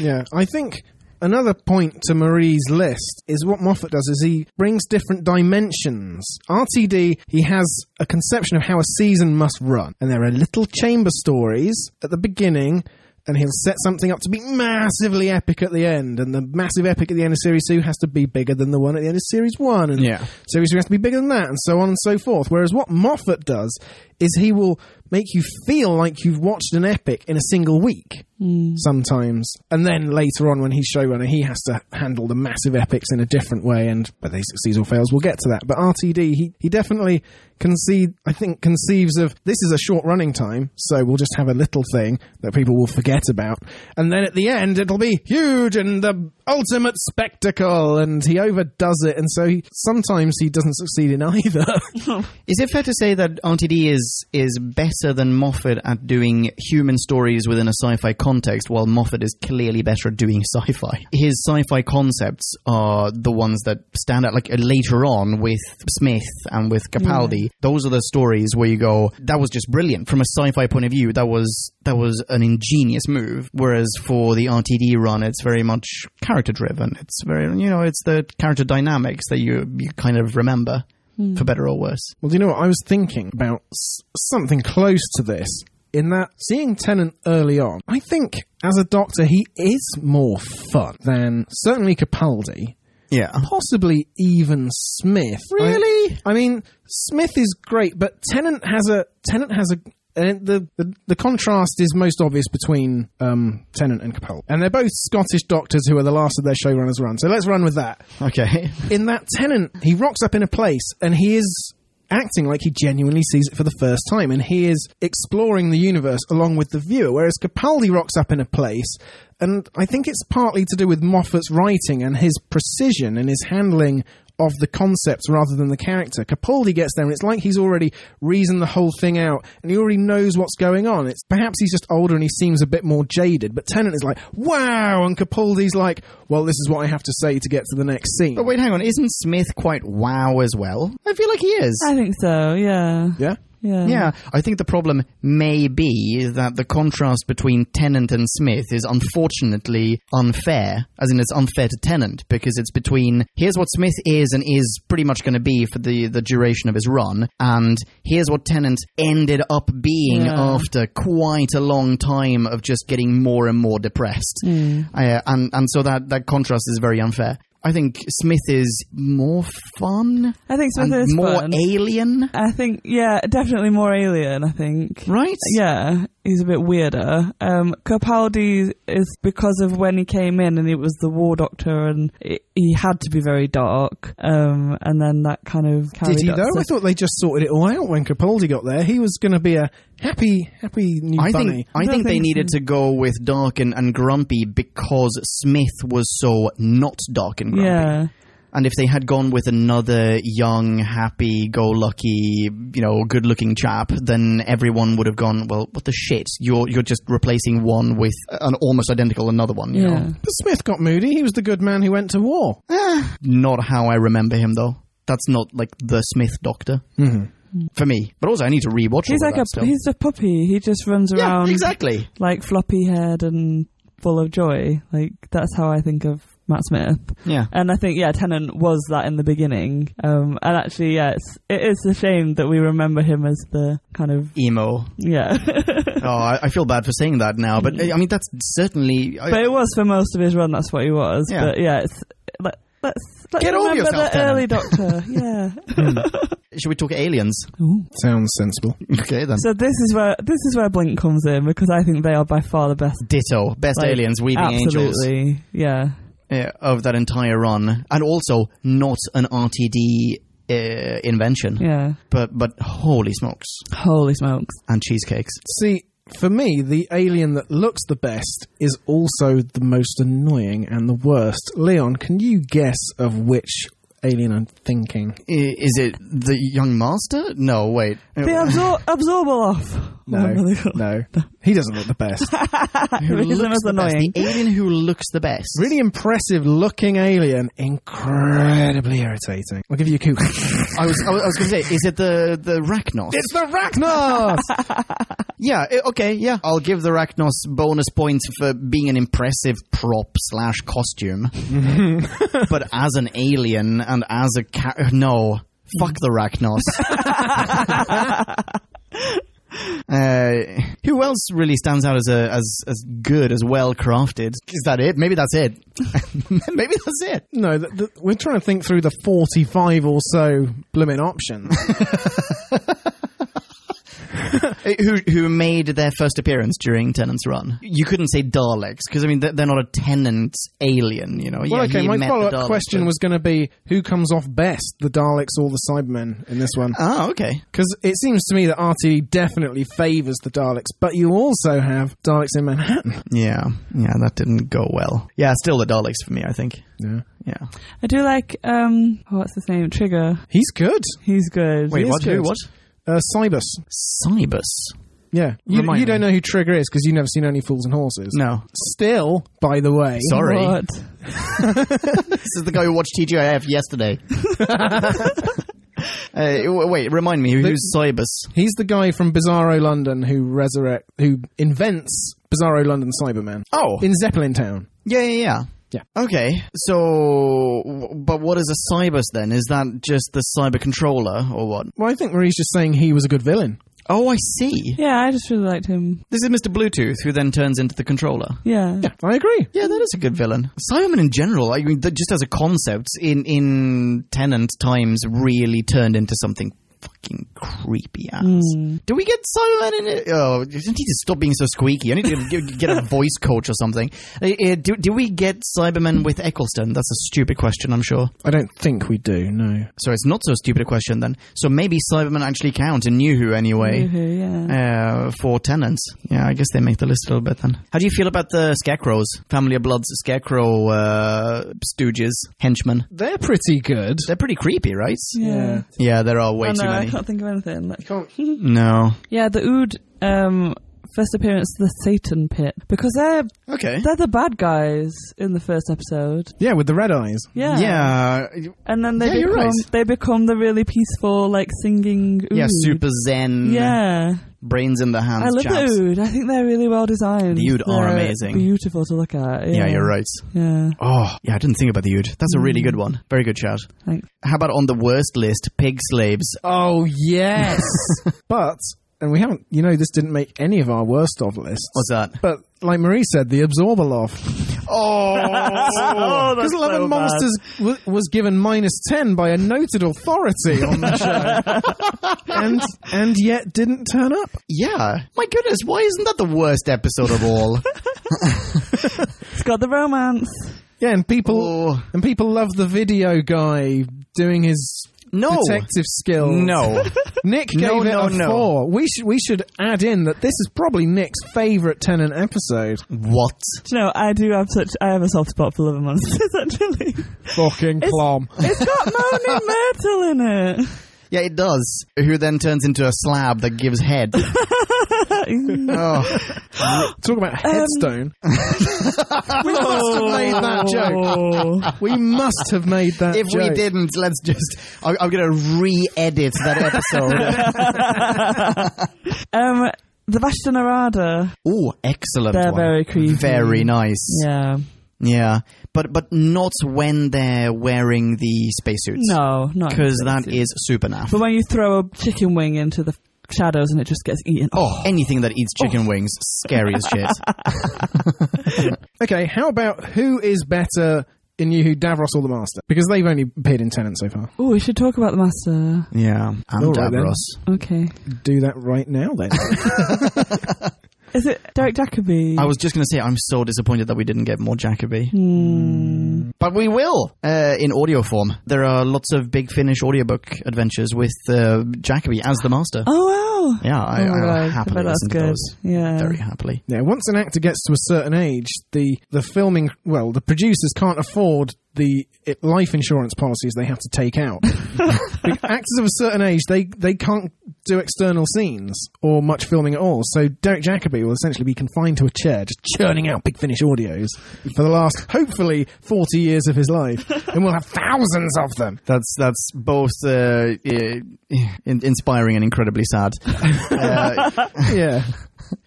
Yeah, I think another point to Marie's list is what Moffat does is he brings different dimensions. RTD, he has a conception of how a season must run, and there are little chamber stories at the beginning. And he'll set something up to be massively epic at the end, and the massive epic at the end of series two has to be bigger than the one at the end of series one, and Yeah. series two has to be bigger than that, and so on and so forth. Whereas what Moffat does is he will make you feel like you've watched an epic in a single week sometimes. And then later on, when he's showrunner, he has to handle the massive epics in a different way. And whether he succeeds or fails, we'll get to that. But RTD, he, he definitely concede, I think, conceives of this is a short running time, so we'll just have a little thing that people will forget about. And then at the end, it'll be huge and the ultimate spectacle. And he overdoes it. And so he, sometimes he doesn't succeed in either. is it fair to say that RTD is is better than Moffat at doing human stories within a sci-fi context, while Moffat is clearly better at doing sci-fi? His sci-fi concepts are the ones that stand out. Like uh, later on with Smith and with Capaldi, those are the stories where you go, "That was just brilliant." From a sci-fi point of view, that was that was an ingenious move. Whereas for the RTD run, it's very much character driven. It's very you know, it's the character dynamics that you you kind of remember. For better or worse. Well, do you know what? I was thinking about s- something close to this in that seeing Tennant early on, I think as a doctor, he is more fun than certainly Capaldi. Yeah. Possibly even Smith. I- Really? I, mean, Smith is great, but Tennant has a Tennant has a And it- the, the the contrast is most obvious between um, Tennant and Capaldi, and they're both Scottish doctors who are the last of their showrunners run. So let's run with that. Okay. In that Tennant, he rocks up in a place and he is acting like he genuinely sees it for the first time, and he is exploring the universe along with the viewer. Whereas Capaldi rocks up in a place, and I think it's partly to do with Moffat's writing and his precision and his handling of the concept rather than the character. Capaldi gets there and it's like he's already reasoned the whole thing out and he already knows what's going on. It's perhaps he's just older and he seems a bit more jaded, but Tennant is like, wow, and Capaldi's like, well, this is what I have to say to get to the next scene. But wait, hang on. Isn't Smith quite wow as well? I feel like he is. I think so. Yeah. yeah? Yeah. yeah, I think the problem may be that the contrast between Tennant and Smith is unfortunately unfair, as in it's unfair to Tennant because it's between here's what Smith is and is pretty much going to be for the, the duration of his run, and here's what Tennant ended up being Yeah. after quite a long time of just getting more and more depressed. Mm. Uh, and, and so that, that contrast is very unfair. I think Smith is more fun I think Smith and is more fun. alien, I think yeah, definitely more alien. I think. right? Yeah, he's a bit weirder. Um, Capaldi is because of when he came in and he was the war doctor and i he had to be very dark. Um, and then that kind of carried Did he us. though? I thought they just sorted it all out when Capaldi got there. He was going to be a happy, happy new I bunny. think I don't think they think needed to go with dark and, and grumpy because Smith was so not dark and grumpy. yeah, And if they had gone with another young, happy, go lucky, you know, good looking chap, then everyone would have gone, Well, what the shit? You're you're just replacing one with an almost identical another one, you yeah. know. But Smith got moody. He was the good man who went to war. Not how I remember him though. That's not like the Smith doctor. For me. But also I need to rewatch He's all of like a that still. he's a puppy. He just runs yeah, around exactly. like floppy head and full of joy. Like that's how I think of Matt Smith. Yeah. And I think yeah, Tennant was that in the beginning. Um, and actually, yeah, it's, it is a shame that we remember him as the kind of Emo. yeah. Oh, I, I feel bad for saying that now, but I I mean that's certainly. uh, I, but it was for most of his run. That's what he was. Yeah. But yeah, it's let, let's let's Get over remember yourself, the early Doctor. yeah. should we talk aliens? Sounds sensible. Okay then. So this is where this is where Blink comes in because I think they are by far the best. Ditto, best like, aliens, weaving angels absolutely. Yeah. uh, of that entire run, and also not an RTD uh, invention. Yeah. But but holy smokes, Holy smokes. and cheesecakes. See, for me, the alien that looks the best is also the most annoying and the worst. Leon, can you guess of which alien I'm thinking? I- Is it the young master? No, wait. The absor- absorbal off. No, no, he doesn't look the best. Who Which is the looks most the best? annoying. The alien who looks the best. Really impressive looking alien, incredibly irritating. I'll give you a coup. I was I was, I was going to say, is it the the Rachnos? it's the Rachnos. Yeah, i- okay, yeah. I'll give the Rachnos bonus points for being an impressive prop slash costume. but as an alien and as a car- no, fuck the Rachnos. Uh, who else really stands out as a, as as good as well crafted? Is that it? Maybe that's it. Maybe that's it. No, the, the, we're trying to think through the 45 or so blooming options. Uh, Who who made their first appearance during Tennant's run? You couldn't say Daleks because I mean they're, they're not a Tennant alien, you know. Well, Yeah, okay, he my met the follow up Daleks, question but- was going to be who comes off best, the Daleks or the Cybermen in this one? Oh, okay. Because it seems to me that RTD definitely favours the Daleks, but you also have Daleks in Manhattan. Yeah, yeah, that didn't go well. Yeah, still the Daleks for me, I think. Yeah. Yeah. I do like um oh, what's his name? Trigger. He's good. He's good. Wait, is what? Who? good. What? Uh, Cybus. Cybus. Yeah. You, Remind you don't me. know who Trigger is because you've never seen Only Fools and Horses. No, Still, by the way. sorry. What? This is the guy who watched TGIF yesterday. uh, w- wait, remind me who's Cybus? He's the guy from Bizarro London who resurrect, who invents Bizarro London Cyberman Oh, in Zeppelin Town. yeah, yeah, yeah. Yeah. Okay, so, w- but what is a Cybus then? Is that just the cyber controller or what? Well, I think Marie's just saying he was a good villain. Oh, I see. Yeah, I just really liked him. This is Mr. Bluetooth, who then turns into the controller. Yeah. Yeah, I agree. Yeah, that is a good villain. Cybermen in general, I mean, that just as a concept, in in Tenant times, really turned into something fucking creepy ass. Do we get Simon in it? Oh, you just need to stop being so squeaky. I need to get- get a voice coach or something. Uh, uh, do, do we get Cybermen with Eccleston? That's a stupid question, I'm sure. I don't think we do. No. So it's not so stupid a question then. So maybe Cybermen actually count in New Who anyway. Woohoo, yeah. Uh, for tenants. Yeah, I guess they make the list a little bit then. How do you feel about the scarecrows? Family of Blood's scarecrow uh, stooges, henchmen. They're pretty good. They're pretty creepy, right? yeah. Yeah, there are way Oh, no, too I many. can't think of anything. Like, No. yeah, the Ood, um, first appearance, the Satan Pit, because they're Okay. they're the bad guys in the first episode. Yeah, with the red eyes. Yeah, Yeah. and then they Yeah, you're become right. they become the really peaceful, like singing. Ood. Yeah, super zen. Yeah, Brains in the hands. I love chaps. the Ood. I think they're really well designed. The Ood are They're amazing. beautiful to look at. Yeah, Yeah, you're right. Yeah, Oh, yeah, I didn't think about the Ood. That's a Mm. really good one. Very good shout. thanks. How about on the worst list, pig slaves? Oh yes. but and we haven't. You know, this didn't make any of our worst of lists. What's that? But like Marie said, the absorber laugh. Oh, oh Because Love and Monsters w- was given minus ten by a noted authority on the show, and and yet didn't turn up. Yeah. My goodness, why isn't that the worst episode of all? It's got the romance. Yeah, and people oh, and people love the video guy doing his no. detective skills. No. Nick gave No, it no, a no. four. We should we should add in that this is probably Nick's favourite tenant episode. what? Do you know, I do have such. I have a soft spot for Love and Monsters. Actually, Fucking clom. it's got Moaning Myrtle in it. Yeah, it does. Who then turns into a slab that gives head. oh, Talk about Um, headstone. we must have made that joke. Oh. We must have made that if joke. we didn't, let's just. I, I'm going to re edit that episode. Um, the Vashtanarada. oh, excellent. They're one. very creepy. Very nice. Yeah. Yeah, but but not when they're wearing the spacesuits. No, not because that interesting. is super naff. But when you throw a chicken wing into the shadows and it just gets eaten. Oh, Oh, anything that eats chicken wings, scary as shit. Okay, how about who is better in New Who, Davros or the Master? Because they've only appeared in Tenant so far. Ooh, Oh, we should talk about the master. Yeah, I'm All right, then. Davros. Okay. Do that right now then. Is it Derek Jacobi? I was just going to say I'm so disappointed that we didn't get more Jacoby, Hmm. but we will uh, in audio form. There are lots of big Finnish audiobook adventures with uh, Jacoby as the master. oh wow. Yeah, I, Oh my I God, will I happily listen bet that's to good. those. Yeah. Very happily. now, once an actor gets to a certain age, the, the filming, well, the producers can't afford the it, life insurance policies they have to take out. The actors of a certain age, they, they can't do external scenes or much filming at all. So Derek Jacobi will essentially be confined to a chair, just churning out Big Finish audios for the last, hopefully, 40 years of his life. and we'll have thousands of them. That's that's both uh, i- in- inspiring and incredibly sad. uh, yeah.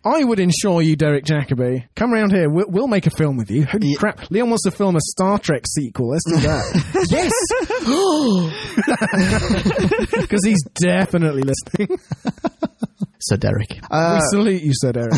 I would insure you, Derek Jacobi. Come round here. We'll, we'll make a film with you. Holy Ye- crap. Leon wants to film a Star Trek sequel. Let's do that. yes! Because he's definitely listening. Sir Derek. Uh, we salute you, Sir Derek.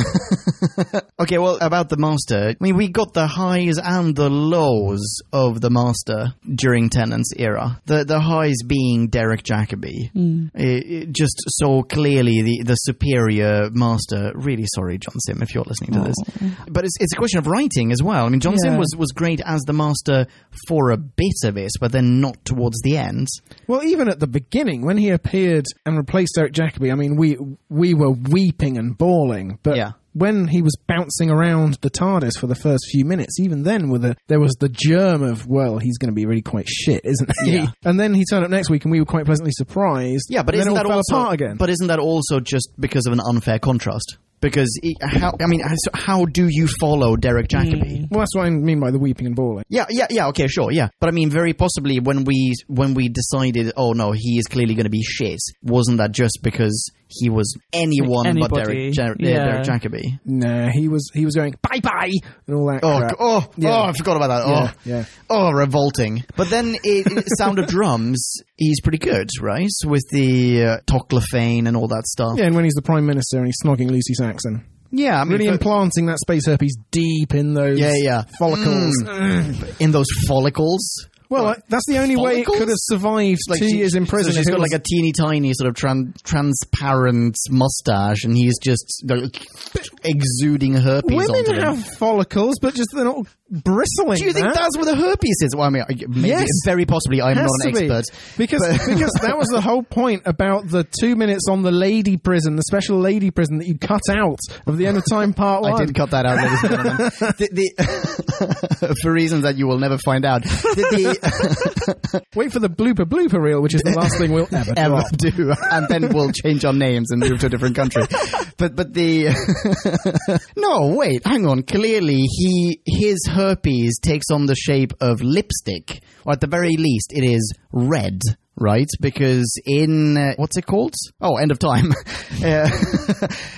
okay, well, about the master. I mean, we got the highs and the lows of the master during Tennant's era. The the highs being Derek Jacobi, It- it just so clearly the the superior master. Really sorry, John Sim, if you're listening to this, but it's it's a question of writing as well. I mean, John Sim Yeah. was was great as the master for a bit of it, but then not towards the end. well, even at the beginning, when he appeared and replaced Derek Jacobi, I mean, we we were weeping and bawling. But Yeah. when he was bouncing around the TARDIS for the first few minutes, even then, with the, there was the germ of, well, he's going to be really quite shit, isn't he? Yeah. And then he turned up next week, and we were quite pleasantly surprised. Yeah, but And isn't then it all that fell also, apart again? But isn't that also just because of an unfair contrast? Because it, how I mean, how- so how do you follow Derek Jacobi? Hmm. well, that's what I mean by the weeping and bawling. Yeah, yeah, yeah. Okay, sure, yeah. But I mean, very possibly when we when we decided, oh no, he is clearly going to be shit. Wasn't that just because he was anyone but anybody. Derek, Jer- Yeah. Derek Jacobi? Nah, he was he was going bye bye and all that. Oh, crap. g- oh, Yeah. oh! I forgot about that. Yeah, oh, yeah. oh, revolting. But then, it, it- sound of drums. He's pretty good, right? With the uh, toclophane and all that stuff. Yeah, and when he's the prime minister and he's snogging Lucy Saxon. yeah I mean, Really for- implanting that space herpes deep in those Yeah, Mm. yeah. follicles. in those follicles. Well, like, that's the only way it follicles? could have survived Like two she- years in prison. So if she's it got was- like a teeny tiny sort of tran- transparent mustache, and he's just like, exuding herpes onto Women them. have follicles, but just they're not bristling. Do you think that? that's where the herpes is? Well, I mean, I- maybe, Yes. very possibly. I'm Has not an to be. expert. because because that was the whole point about the two minutes on the lady prison, the special lady prison that you cut out of the end of time part one. I did cut that out, ladies and gentlemen. The- the- for reasons that you will never find out. The- the- Wait for the blooper blooper reel, which is the last thing we'll ever, ever drop. do, and then we'll change our names and move to a different country. But but the no wait, hang on. Clearly, he his herpes takes on the shape of lipstick, or at the very least, it is red. Right, because in uh, what's it called? Oh, end of time. uh,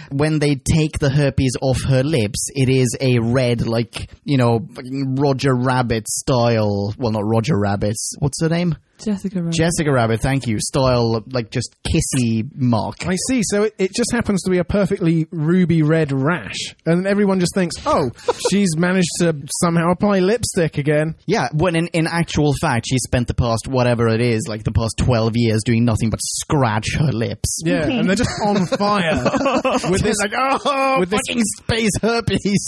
when they take the herpes off her lips, it is a red, like you know, fucking Roger Rabbit style. Well, not Roger Rabbit. What's her name? Jessica Rabbit. Jessica Rabbit, thank you. Style like just kissy mark. I see. So it, it just happens to be a perfectly ruby red rash, and everyone just thinks, "Oh, she's managed to somehow apply lipstick again." Yeah, when in, in actual fact, she spent the past whatever it is, like the past twelve years, doing nothing but scratch her lips. Yeah, and they're just on fire with this like, "Oh, with this space herpes.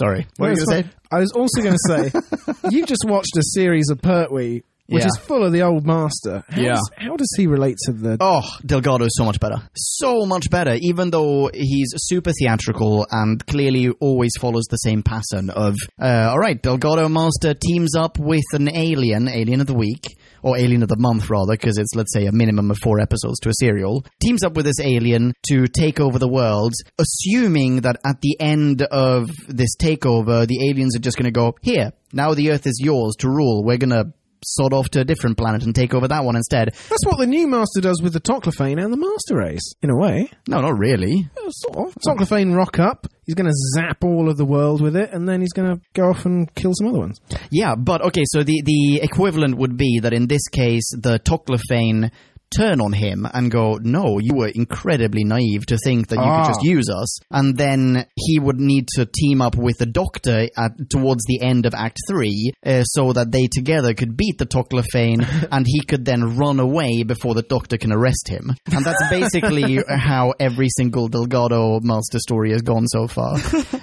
Sorry, what were you going to say? I was also going to say, you've just watched a series of Pertwee, which Yeah. is full of the old master. How Yeah. Does, how does he relate to the? Oh, Delgado is so much better. So much better, even though he's super theatrical and clearly always follows the same pattern of, uh, all right, Delgado Master teams up with an alien, alien of the week, or alien of the month rather, because it's, let's say, a minimum of four episodes to a serial, teams up with this alien to take over the world, assuming that at the end of this takeover, the aliens are just going to go, here, now the Earth is yours to rule. We're going to sod off to a different planet and take over that one instead. That's what the new master does with the Toclophane and the Master Race, in a way. No, not really. Oh, Sort of. Toclophane rock up. He's going to zap all of the world with it, and then he's going to go off and kill some other ones. Yeah, but okay, so the, the equivalent would be that in this case, the Toclophane turn on him and go, no, you were incredibly naive to think that you Ah. could just use us. And then he would need to team up with the Doctor at, towards the end of Act 3 uh, so that they together could beat the Toclophane and he could then run away before the Doctor can arrest him. And that's basically how every single Delgado Master story has gone so far.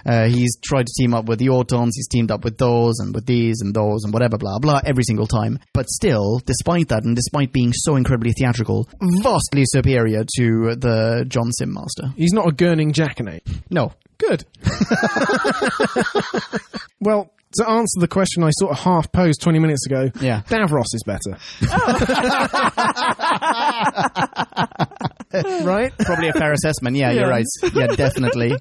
Uh, he's tried to team up with the Autons, he's teamed up with those and with these and those and whatever, blah, blah, every single time. But still, despite that, and despite being so incredibly theatrical, vastly superior to the John Sim Master. He's not a gurning jackanape. No. Good. well, to answer the question I sort of half posed 20 minutes ago, Yeah. Davros is better. right? Probably a fair assessment. Yeah, you're right. Yeah, definitely.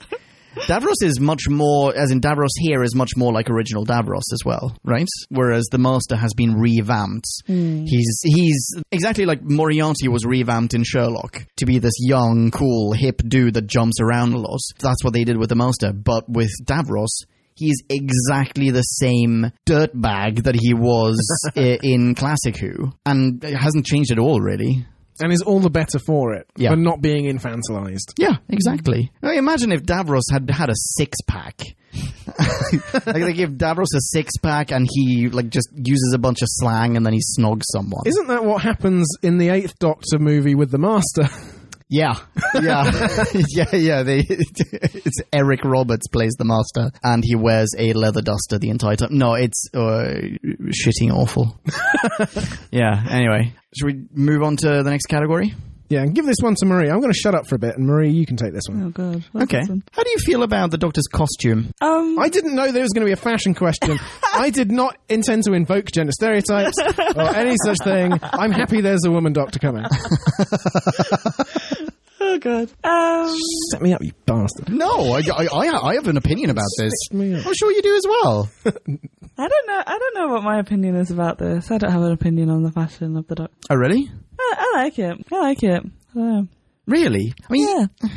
Davros is much more, as in Davros here is much more like original Davros as well, right? Whereas the Master has been revamped. He's he's exactly like Moriarty was revamped in Sherlock to be this young, cool, hip dude that jumps around a lot. That's what they did with the Master, but with Davros. He's exactly the same dirtbag that he was i- in Classic Who, and it hasn't changed at all, really. and is all the better for it Yeah. for not being infantilized. Yeah, exactly. I mean, imagine if Davros had had a six pack. like they give Davros a six pack and he like just uses a bunch of slang and then he snogs someone. Isn't that what happens in the Eighth Doctor movie with the Master? yeah, yeah, yeah, yeah. They, it's Eric Roberts plays the master and he wears a leather duster the entire time. No, it's uh, shitting awful. yeah. Anyway, should we move on to the next category? yeah, and give this one to Marie. I'm going to shut up for a bit, and Marie, you can take this one. Oh god. what's Okay. this one? How do you feel about the Doctor's costume? Um. I didn't know there was going to be a fashion question. I did not intend to invoke gender stereotypes or any such thing. I'm happy there's a woman doctor coming. Oh god. Um. Set me up, you bastard. No, I, I, I- I have an opinion about this. me up. I'm sure you do as well. I don't know. I don't know what my opinion is about this. I don't have an opinion on the fashion of the doc. Oh, really? I, I like it. I like it. I don't know. Really? I mean, Yeah.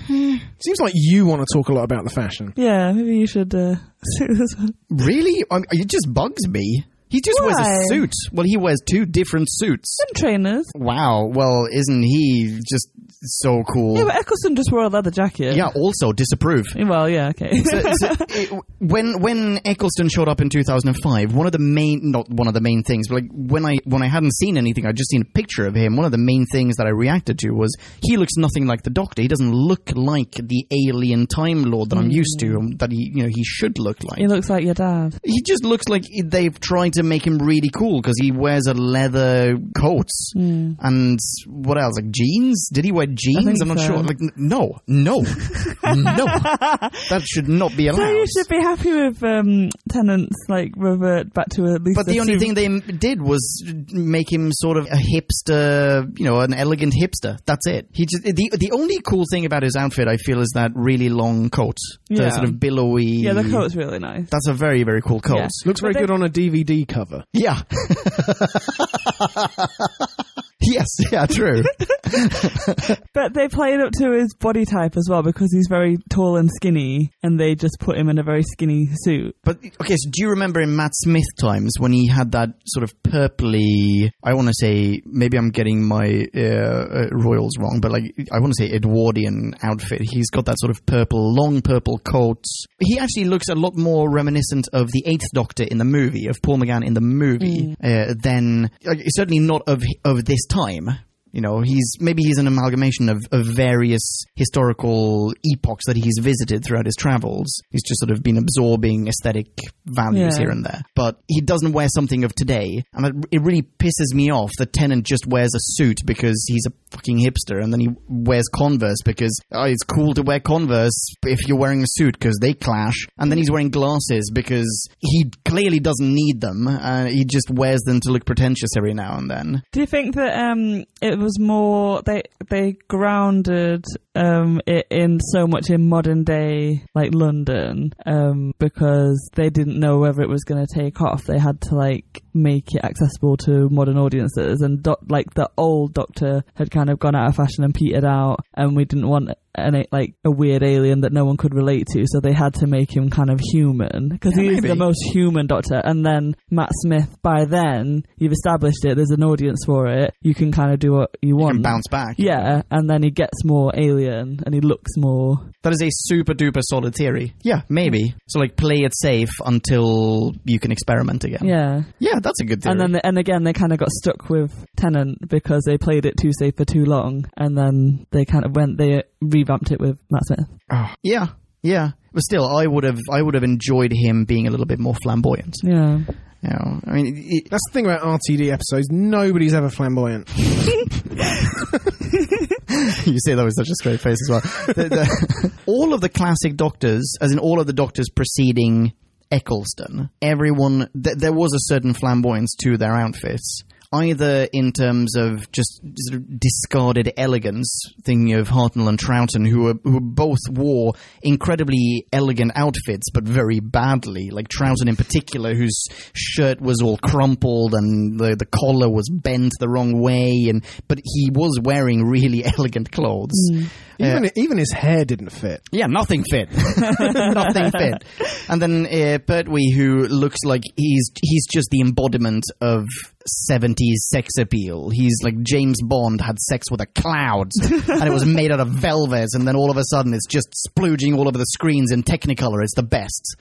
Seems like you want to talk a lot about the fashion. Yeah. Maybe you should uh, see this one. really? I mean, it just bugs me. He just wears Why? a suit. Well, he wears two different suits. Trainers. Wow. Well, isn't he just so cool. Yeah, but Eccleston just wore a leather jacket. yeah, also disapprove. Well, yeah, okay. So- so it- when when Eccleston showed up in 2005, one of the main not one of the main things, but like when I when I hadn't seen anything, I'd just seen a picture of him. One of the main things that I reacted to was he looks nothing like the Doctor. He doesn't look like the alien Time Lord that I'm used to, and that he you know he should look like. Mm. he looks like your dad. He just looks like they've tried to make him really cool because he wears a leather coat and what else? Like jeans? Did he wear jeans? Mm. think I'm not so. sure. Like n- no, no, no. That should not be So you allowed. should be happy with um, tenants like revert back to at least. But the a only suit. thing they m- did was make him sort of a hipster, you know, an elegant hipster. That's it. He just, the the only cool thing about his outfit, I feel, is that really long coat, the Yeah. sort of billowy. yeah, the coat's really nice. That's a very very cool coat. Yeah. Looks very But good on a DVD cover. Yeah. yes, yeah, true. But they played up to his body type as well because he's very tall and skinny, and they just put him in a very skinny suit. But okay, so do you remember in Matt Smith times when he had that sort of purpley? I want to say maybe I'm getting my uh, uh, royals wrong, but like I want to say Edwardian outfit. He's got that sort of purple, long purple coat. He actually looks a lot more reminiscent of the Eighth Doctor in the movie, of Paul McGann in the movie, uh, than like, certainly not of of this time. You know, he's maybe he's an amalgamation of, of various historical epochs that he's visited throughout his travels. He's just sort of been absorbing aesthetic values Yeah. here and there. But he doesn't wear something of today, and it, it really pisses me off that Tennant just wears a suit because he's a fucking hipster, and then he wears Converse because oh, it's cool to wear Converse if you're wearing a suit because they clash, and then he's wearing glasses because he clearly doesn't need them, and he just wears them to look pretentious every now and then. Do you think that um, it was more they they grounded um, it in so much in modern day like London um, because they didn't know whether it was going to take off. They had to like make it accessible to modern audiences, and doc- like the old Doctor had kind of gone out of fashion and petered out, and we didn't want an a- like a weird alien that no one could relate to, so they had to make him kind of human because Yeah, he's maybe. the most human Doctor. And then Matt Smith, by then you've established it. There's an audience for it. You can kind of do what you He want. can bounce back. Yeah, and then he gets more alien and he looks more. That is a super duper solid theory. Yeah, maybe. So like play it safe until you can experiment again. Yeah, Yeah, that's a good theory. and then and again they kind of got stuck with Tennant because they played it too safe for too long, and then they kind of went they revamped it with Matt Smith. yeah, yeah. But still, I would have I would have enjoyed him being a little bit more flamboyant. Yeah, You know, I mean, it, That's the thing about RTD episodes. Nobody's ever flamboyant. you say that with such a straight face as well. The- the- all of the classic doctors, as in all of the doctors preceding Eccleston, everyone, th- there was a certain flamboyance to their outfits. Either in terms of just sort of discarded elegance, thinking of Hartnell and Troughton, who, were, who both wore incredibly elegant outfits, but very badly. Like Troughton in particular, whose shirt was all crumpled and the, the collar was bent the wrong way, and but he was wearing really elegant clothes. Even even his hair didn't fit. Yeah, nothing fit. nothing fit. And then uh, Pertwee, who looks like he's he's just the embodiment of seventies sex appeal. He's like James Bond had sex with a cloud, and it was made out of velvet. And then all of a sudden, it's just splooging all over the screens in Technicolor. It's the best.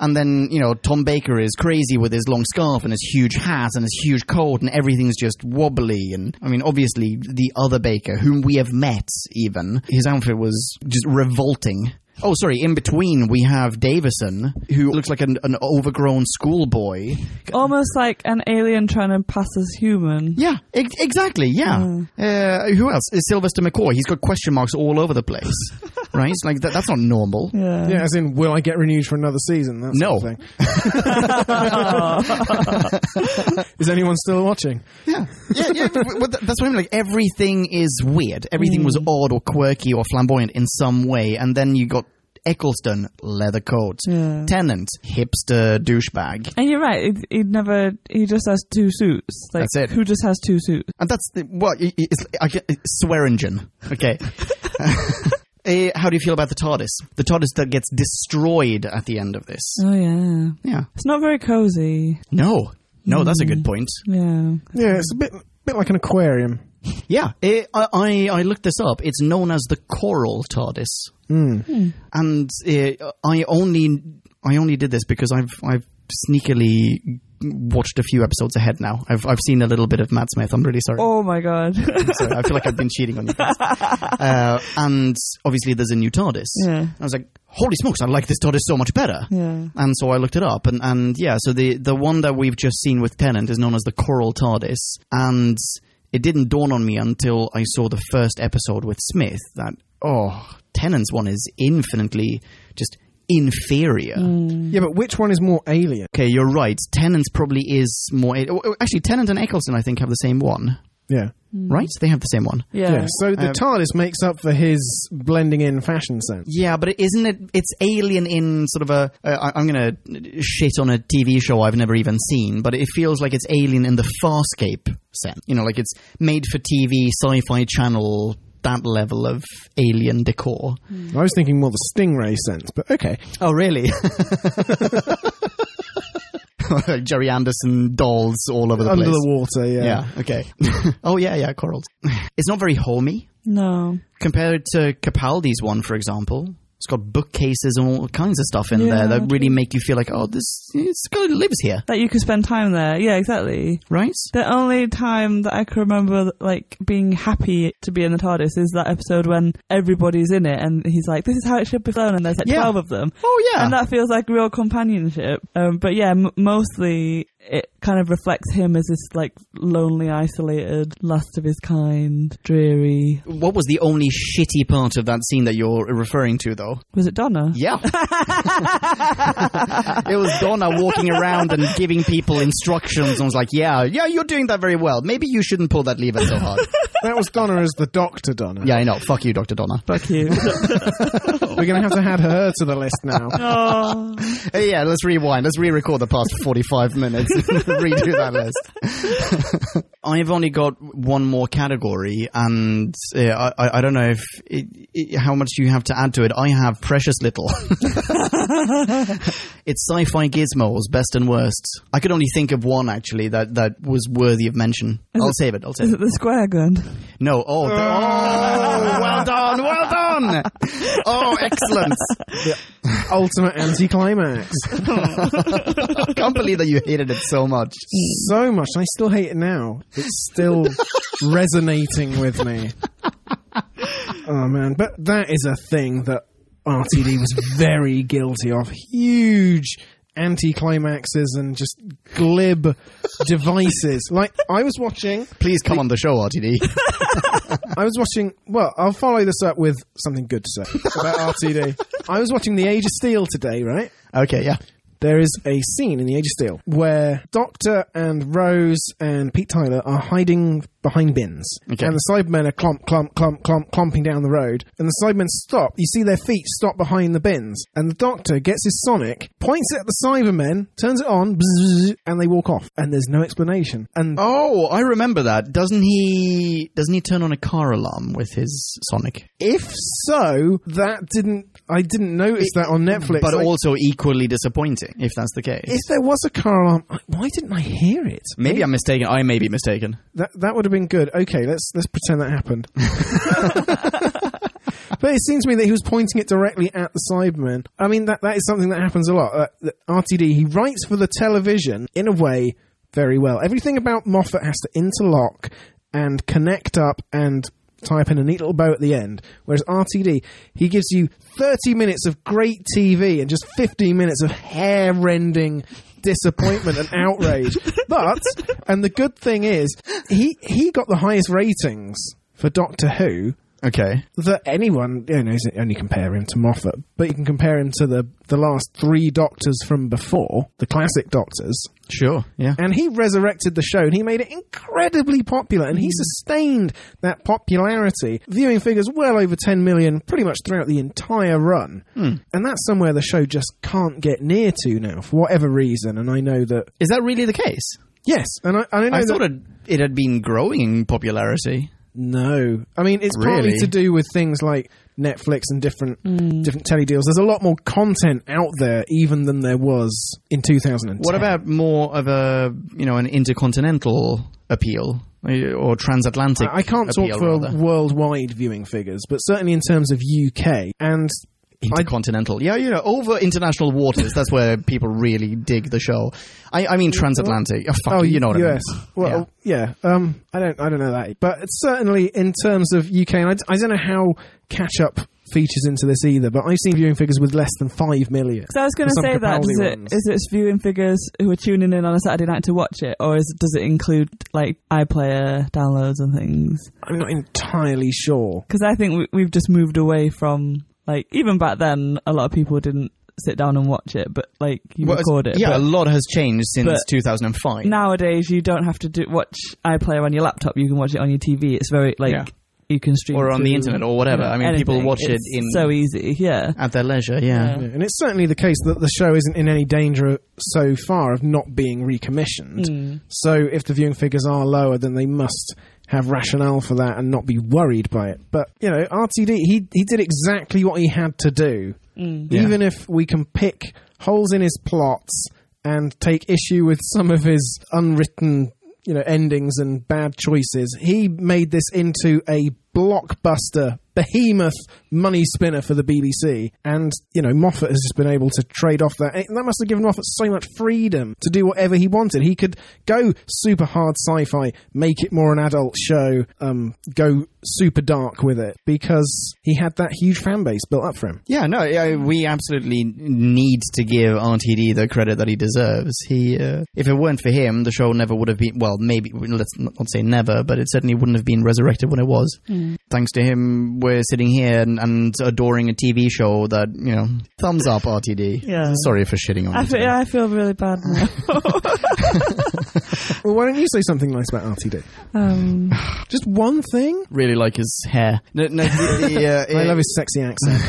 And then, you know, Tom Baker is crazy with his long scarf and his huge hat and his huge coat, and everything's just wobbly. And I mean, obviously, the other Baker, whom we have met, even, his outfit was just revolting. Oh, sorry, in between we have Davison, who looks like an, an overgrown schoolboy. almost like an alien trying to pass as human. Yeah, ex- exactly, yeah. Uh, who else? Uh, Sylvester McCoy. He's got question marks all over the place, right? Like, that, that's not normal. Yeah. Yeah, as in, will I get renewed for another season? That No. sort of thing. Is anyone still watching? Yeah, yeah, yeah. w- w- that's what I mean. Like everything is weird. Everything was odd or quirky or flamboyant in some way, and then you got Eccleston leather coat, Yeah. Tennant hipster douchebag, And you're right. He'd, he'd never. He just has two suits. Like, That's it. Who just has two suits? and that's the, what i- i- it's, I get, it's Swearingen. Okay. Eh, How do you feel about the TARDIS? The TARDIS that gets destroyed at the end of this. Oh yeah. Yeah. It's not very cozy. No. No, that's a good point. Yeah. Yeah, it's a bit bit like an aquarium. Yeah, it, I, I I looked this up. It's known as the Coral TARDIS, and it, I only I only did this because I've I've sneakily watched a few episodes ahead now. I've I've seen a little bit of Matt Smith. I'm really sorry. Oh my god. Sorry, I feel like I've been cheating on you guys. Uh, and obviously, there's a new TARDIS. Yeah. I was like, holy smokes, I like this TARDIS so much better. Yeah. And so I looked it up, and, and yeah, so the, the one that we've just seen with Tennant is known as the Coral TARDIS. And it didn't dawn on me until I saw the first episode with Smith that, oh, Tennant's one is infinitely just inferior. Mm. Yeah, but which one is more alien? Okay, you're right. Tennant probably is more. Actually, Tennant and Eccleston, I think, have the same one, Yeah. Mm. right? They have the same one. yeah. Yeah, so the Um, TARDIS makes up for his blending in fashion sense. Yeah, but isn't it? It's alien in sort of a. Uh, I- I'm going to shit on a TV show I've never even seen, but it feels like it's alien in the Farscape sense. You know, like it's made for TV, sci fi channel, that level of alien decor. I was thinking more the stingray sense, but okay. Oh, really? Jerry Anderson dolls all over the Under place. the water, yeah. yeah, okay. oh, yeah, yeah, corals. It's not very homey. No. compared to Capaldi's one, for example. It's got bookcases and all kinds of stuff in Yeah, there that really make you feel like, oh, this this guy lives here, That you could spend time there. Yeah, exactly. right? The only time that I can remember like being happy to be in the TARDIS is that episode when everybody's in it and he's like, "This is how it should be flown," and there's like Yeah. twelve of them. Oh yeah, and that feels like real companionship. Um, but yeah, m- mostly it kind of reflects him as this like lonely, isolated, last of his kind, dreary. what was the only shitty part of that scene that you're referring to, though? Was it Donna? Yeah, it was Donna walking around and giving people instructions, and was like, yeah, yeah, you're doing that very well. Maybe you shouldn't pull that lever so hard. That was Donna as the Doctor Donna. yeah, I know. Fuck you, Doctor Donna. Fuck you. We're going to have to add her to the list now. oh, Uh, yeah, let's rewind. Let's re-record the past 45 minutes. Redo that list. I've only got one more category, and uh, I, I- I don't know if it, it, how much you have to add to it. I have precious little. it's sci-fi gizmos, best and worst. I could only think of one actually that, that was worthy of mention. I'll save it. I'll save is it. it the square gun? No. Oh, the- oh, well done, well done. Oh, excellent. Ultimate anticlimax. I can't believe that you hated it so much. so much. I still hate it now. It's still resonating with me. Oh man, but that is a thing that RTD was very guilty of. Huge anticlimaxes and just glib devices. Like I was watching Please come on the show, RTD. I was watching. Well, I'll follow this up with something good to say about RTD. I was watching The Age of Steel today, right? Okay, yeah. There is a scene in The Age of Steel where Doctor and Rose and Pete Tyler are hiding behind bins. Okay. And the Cybermen are clump, clump, clump, clump, clumping down the road. And the Cybermen stop. You see their feet stop behind the bins. And the Doctor gets his sonic, points it at the Cybermen, turns it on, bzzz, and they walk off. And there's no explanation. And Oh, I remember that. Doesn't he? Doesn't he turn on a car alarm with his Sonic? if so, that didn't. I didn't notice that on Netflix. But I- also equally disappointing, if that's the case. if there was a car alarm, I- why didn't I hear it? Maybe I'm mistaken. I may be mistaken. That that would have been good. Okay, let's let's pretend that happened. but it seems to me that he was pointing it directly at the Cyberman. I mean, that that is something that happens a lot. Uh, that RTD he writes for the television in a way very well. Everything about Moffat has to interlock and connect up and tie up in a neat little bow at the end. Whereas RTD he gives you thirty minutes of great TV and just fifteen minutes of hair-rending disappointment and outrage. But and the good thing is he he got the highest ratings for Doctor Who Okay. that anyone you know isn't only compare him to Moffat, but you can compare him to the the last three Doctors from before the classic Doctors, Sure. Yeah. and he resurrected the show and he made it incredibly popular and Mm. he sustained that popularity, viewing figures well over ten million pretty much throughout the entire run, Hmm. and that's somewhere the show just can't get near to now for whatever reason, and I know that Is that really the case? yes, and I, and I know I that thought it, it had been growing in popularity. No, I mean it's partly Really? to do with things like Netflix and different Hmm. different telly deals. There's a lot more content out there even than there was in 2010. What about more of a you know an intercontinental appeal? Uh, or transatlantic. I, I can't talk appeal, for rather. worldwide viewing figures, but certainly in terms of UK and I- intercontinental. yeah, you know, over international waters. that's where people really dig the show. I, I mean, transatlantic. Oh, fuck, you know what US. I mean. Well, uh, yeah. Um, I don't, I don't know that, but it's certainly in terms of UK, and I, d- I don't know how catch up features into this either. But I've seen viewing figures with less than five million. So I was going to Some say that does Capaldi it, ones. is it viewing figures who are tuning in on a Saturday night to watch it, or is, does it include like iPlayer downloads and things? I'm not entirely sure. Because I think we, we've just moved away from like even back then, a lot of people didn't sit down and watch it, but like you Well, record it. it's- Yeah, a But lot has changed since but 2005. nowadays, you don't have to do, watch iPlayer on your laptop. You can watch it on your TV. It's very like Yeah. you can stream Or on the through, internet or whatever. I mean, people anything. watch it It's in- so easy. Yeah. At their leisure, yeah. Yeah. Yeah, And it's certainly the case that the show isn't in any danger so far of not being recommissioned. So if the viewing figures are lower, then they must have rationale for that and not be worried by it. But you know, RTD he he did exactly what he had to do. Yeah. Mm. Even if we can pick holes in his plots and take issue with some of his unwritten you know endings and bad choices, he made this into a blockbuster behemoth money spinner for the BBC. And you know Moffat has just been able to trade off that. And that must have given Moffat so much freedom to do whatever he wanted. He could go super hard sci-fi, make it more an adult show, um, go super dark with it because he had that huge fan base built up for him. Yeah, no, yeah, we absolutely need to give RTD the credit that he deserves. He, uh, if it weren't for him, the show never would have been. Well, maybe let's not not say never, but it certainly wouldn't have been resurrected when it was. Mm. Thanks to him, we're sitting here and, and adoring a TV show that you know. Thumbs up, RTD. Yeah. Sorry for shitting on. I you feel, today. yeah, I feel really bad now. Well, why don't you say something nice about RTD? um, Just one thing. Really like his hair. No, no, the- the, uh, I it- love his sexy accent.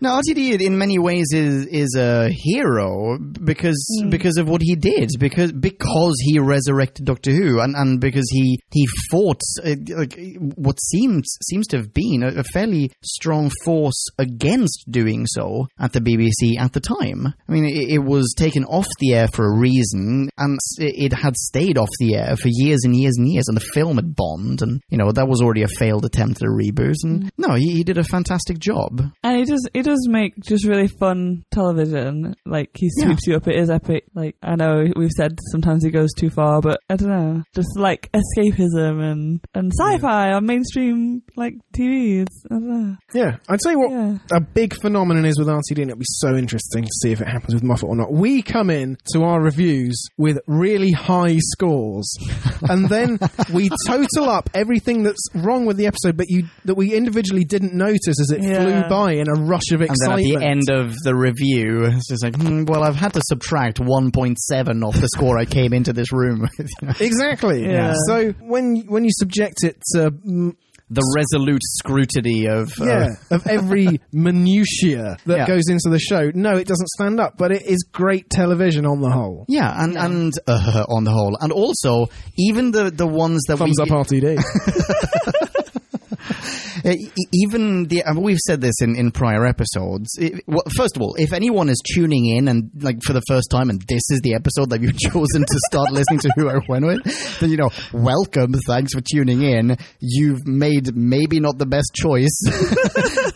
No, RTD in many ways is is a hero because because of what he did because because he resurrected Doctor Who and, and because he he fought uh, like what seems seems to have been a, a fairly strong force against doing so at the BBC at the time. I mean, it, it was taken off the air for a reason, and it it had stayed off the air for years and years and years, and the film had bombed, and you know that was already a failed attempt at a reboot. And no, he, he did a fantastic job. And he does he does make just really fun television. Like he sweeps you up. It is epic. Like I know we've said sometimes he goes too far, but I don't know. Just like escapism and and sci-fi on mainstream like TV. It's, I don't know. yeah, I'd say what Yeah. a big phenomenon is with RTD, and it'd be so interesting to see if it happens with Moffat or not. We come in to our reviews with really high scores, and then we total up everything that's wrong with the episode, but you that we individually didn't notice as it Yeah. flew by in a rush of And then at excitement. the end of the review, it's just like, hmm, well, I've had to subtract 1.7 off the score I came into this room with. you know. Exactly. Yeah. So when when you subject it to mm, the resolute scrutiny of. Uh, yeah, of every minutia that Yeah. goes into the show. No, it doesn't stand up, but it is great television on the whole. yeah, and and uh, on the whole, and also even the the ones that Thumbs we up RTD. Uh, e- even the uh, we've said this in, in prior episodes. It, well, first of all, if anyone is tuning in and like for the first time, and this is the episode that you've chosen to start listening to who I went with, then you know, welcome. Thanks for tuning in. You've made maybe not the best choice.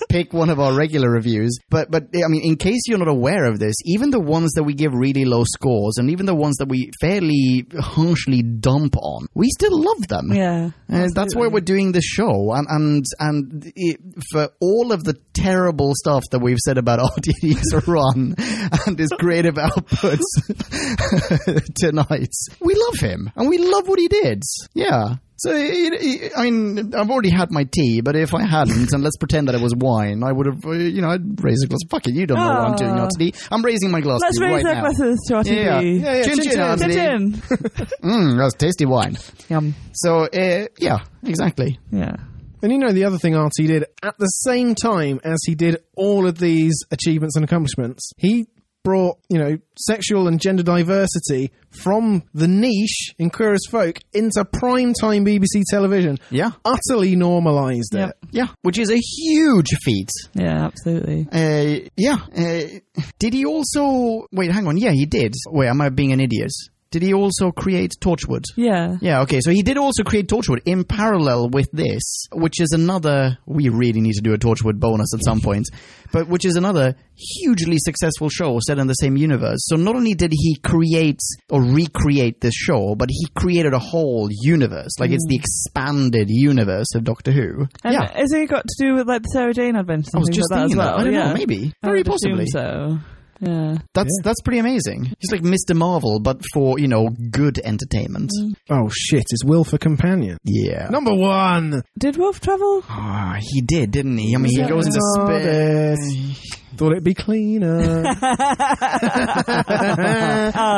Pick one of our regular reviews, but but I mean, in case you're not aware of this, even the ones that we give really low scores, and even the ones that we fairly harshly dump on, we still love them. Yeah. Uh, that's why we're doing this show, and and and it, for all of the terrible stuff that we've said about RTD's run and his creative outputs tonight, we love him and we love what he did. Yeah. So it, it, I mean, I've already had my tea, but if I hadn't, and let's pretend that it was wine, I would have, uh, you know, I'd raise a glass. Fucking, you don't know what I'm doing, Aw. RTD. I'm raising my glass Ah. Let's to you raise right our now. glasses to our Yeah, TV. yeah, yeah. Chin, chin, chin, Anthony. chin. Mm, that's tasty wine. Yum. So uh, yeah, exactly. Yeah. and you know the other thing RT did at the same time as he did all of these achievements and accomplishments, he brought, you know, sexual and gender diversity from the niche in Queer as Folk into prime time BBC television. Yeah. Utterly normalized Yep. it. Yeah, which is a huge feat. Yeah. Absolutely. Uh, yeah. Uh, did he also? Wait, hang on. Yeah, he did. Wait, am I being an idiot? Did he also create Torchwood? Yeah. Yeah, okay. So he did also create Torchwood in parallel with this, which is another. We really need to do a Torchwood bonus at some point, but which is another hugely successful show set in the same universe. So not only did he create or recreate this show, but he created a whole universe. Like it's the expanded universe of Doctor Who. And yeah. Isn't it got to do with like the Sarah Jane adventure? I was just like that as thinking that. well? I don't yeah. know, maybe. I Very would assume possibly. So, yeah. That's that's pretty amazing. He's like Mr. Marvel, but for, you know, good entertainment. Mm. Oh shit! Is Will for companion? Yeah. Number one. Did Wolf travel? Ah, he did, didn't he? I mean, he Yeah. goes into Got space. Thought it'd be cleaner. Oh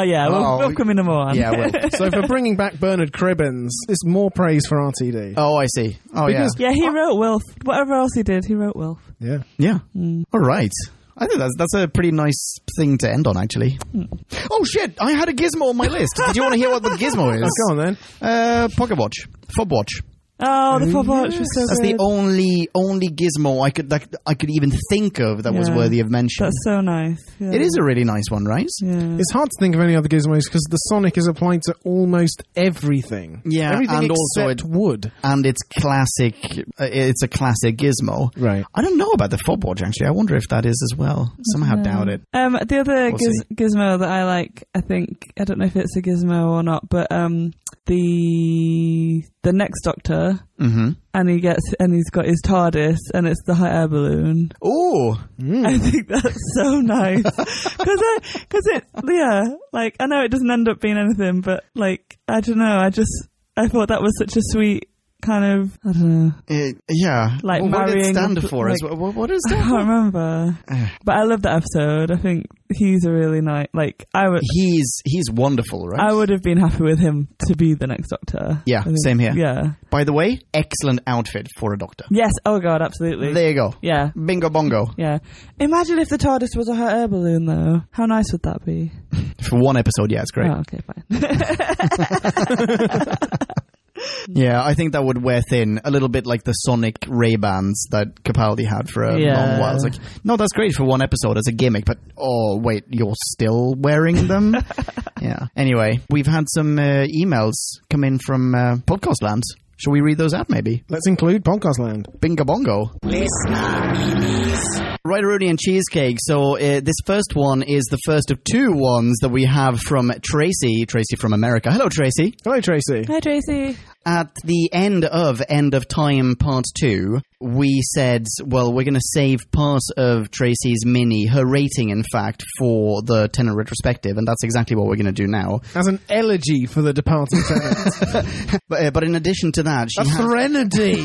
yeah, Wolf, Oh, Wolf coming number one. Yeah, well. so for bringing back Bernard Cribbins, it's more praise for RTD. Oh, I see. Oh, Because- yeah. He wrote Wolf. Whatever else he did, he wrote Wolf. Yeah. yeah. Yeah. Mm. All right. I think that's that's a pretty nice thing to end on, actually. Mm. Oh shit! I had a gizmo on my list. Did you want to hear what the gizmo is? Oh, go on then. Uh, pocket watch, fob watch. Oh, the pop arch was so That's the good. only only gizmo I could like I could even think of that was Yeah. worthy of mention. That's so nice. Yeah. it is a really nice one, right? Yeah. It's hard to think of any other gizmos because the Sonic is applied to almost everything. Yeah, everything and also except it- wood. And it's classic. Uh, it's a classic gizmo. Right. I don't know about the fob watch actually. I wonder if that is as well. Somehow doubt it. Um, the other We'll giz- gizmo that I like, I think I don't know if it's a gizmo or not, but um, the the next Doctor, Mm-hmm. and he gets and he's got his TARDIS, and it's the hot air balloon. Oh, I think that's so nice because because it yeah, like I know it doesn't end up being anything, but like I don't know, I just I thought that was such a sweet kind of I don't know. Uh, yeah. Like what did it marrying stand a- for? as like- well? what is I that? can't remember, but I love that episode. I think he's a really nice like I would. he's he's wonderful, right? I would have been happy with him to be the next Doctor. Yeah, I think- same here. Yeah. By the way, excellent outfit for a doctor. Yes. Oh God, absolutely. There you go. yeah. Bingo bongo Yeah. Imagine if the TARDIS was a hot air balloon, though. How nice would that be? for one episode. Yeah, it's great. Oh, okay, fine. Yeah, I think that would wear thin a little bit, like the Sonic Ray Bans that Capaldi had for a Yeah. long while. It's like, no, that's great for one episode as a gimmick, but oh wait, you're still wearing them. yeah. Anyway, we've had some uh, emails come in from uh, Podcast Land. Shall we read those out, maybe? Let's include Podcast Land. Bingo bongo. Right, Rudy and Cheesecake. So uh, this first one is the first of two ones that we have from Tracy. Tracy from America. Hello, Tracy. Hello, Tracy. Hi, Tracy. At the end of End of Time Part 2, we said, well, we're going to save part of Tracy's mini, her rating, in fact, for the Tenor retrospective, and that's exactly what we're going to do now. As an elegy for the departed tenants. But, uh, but in addition to that, she A has... threnody.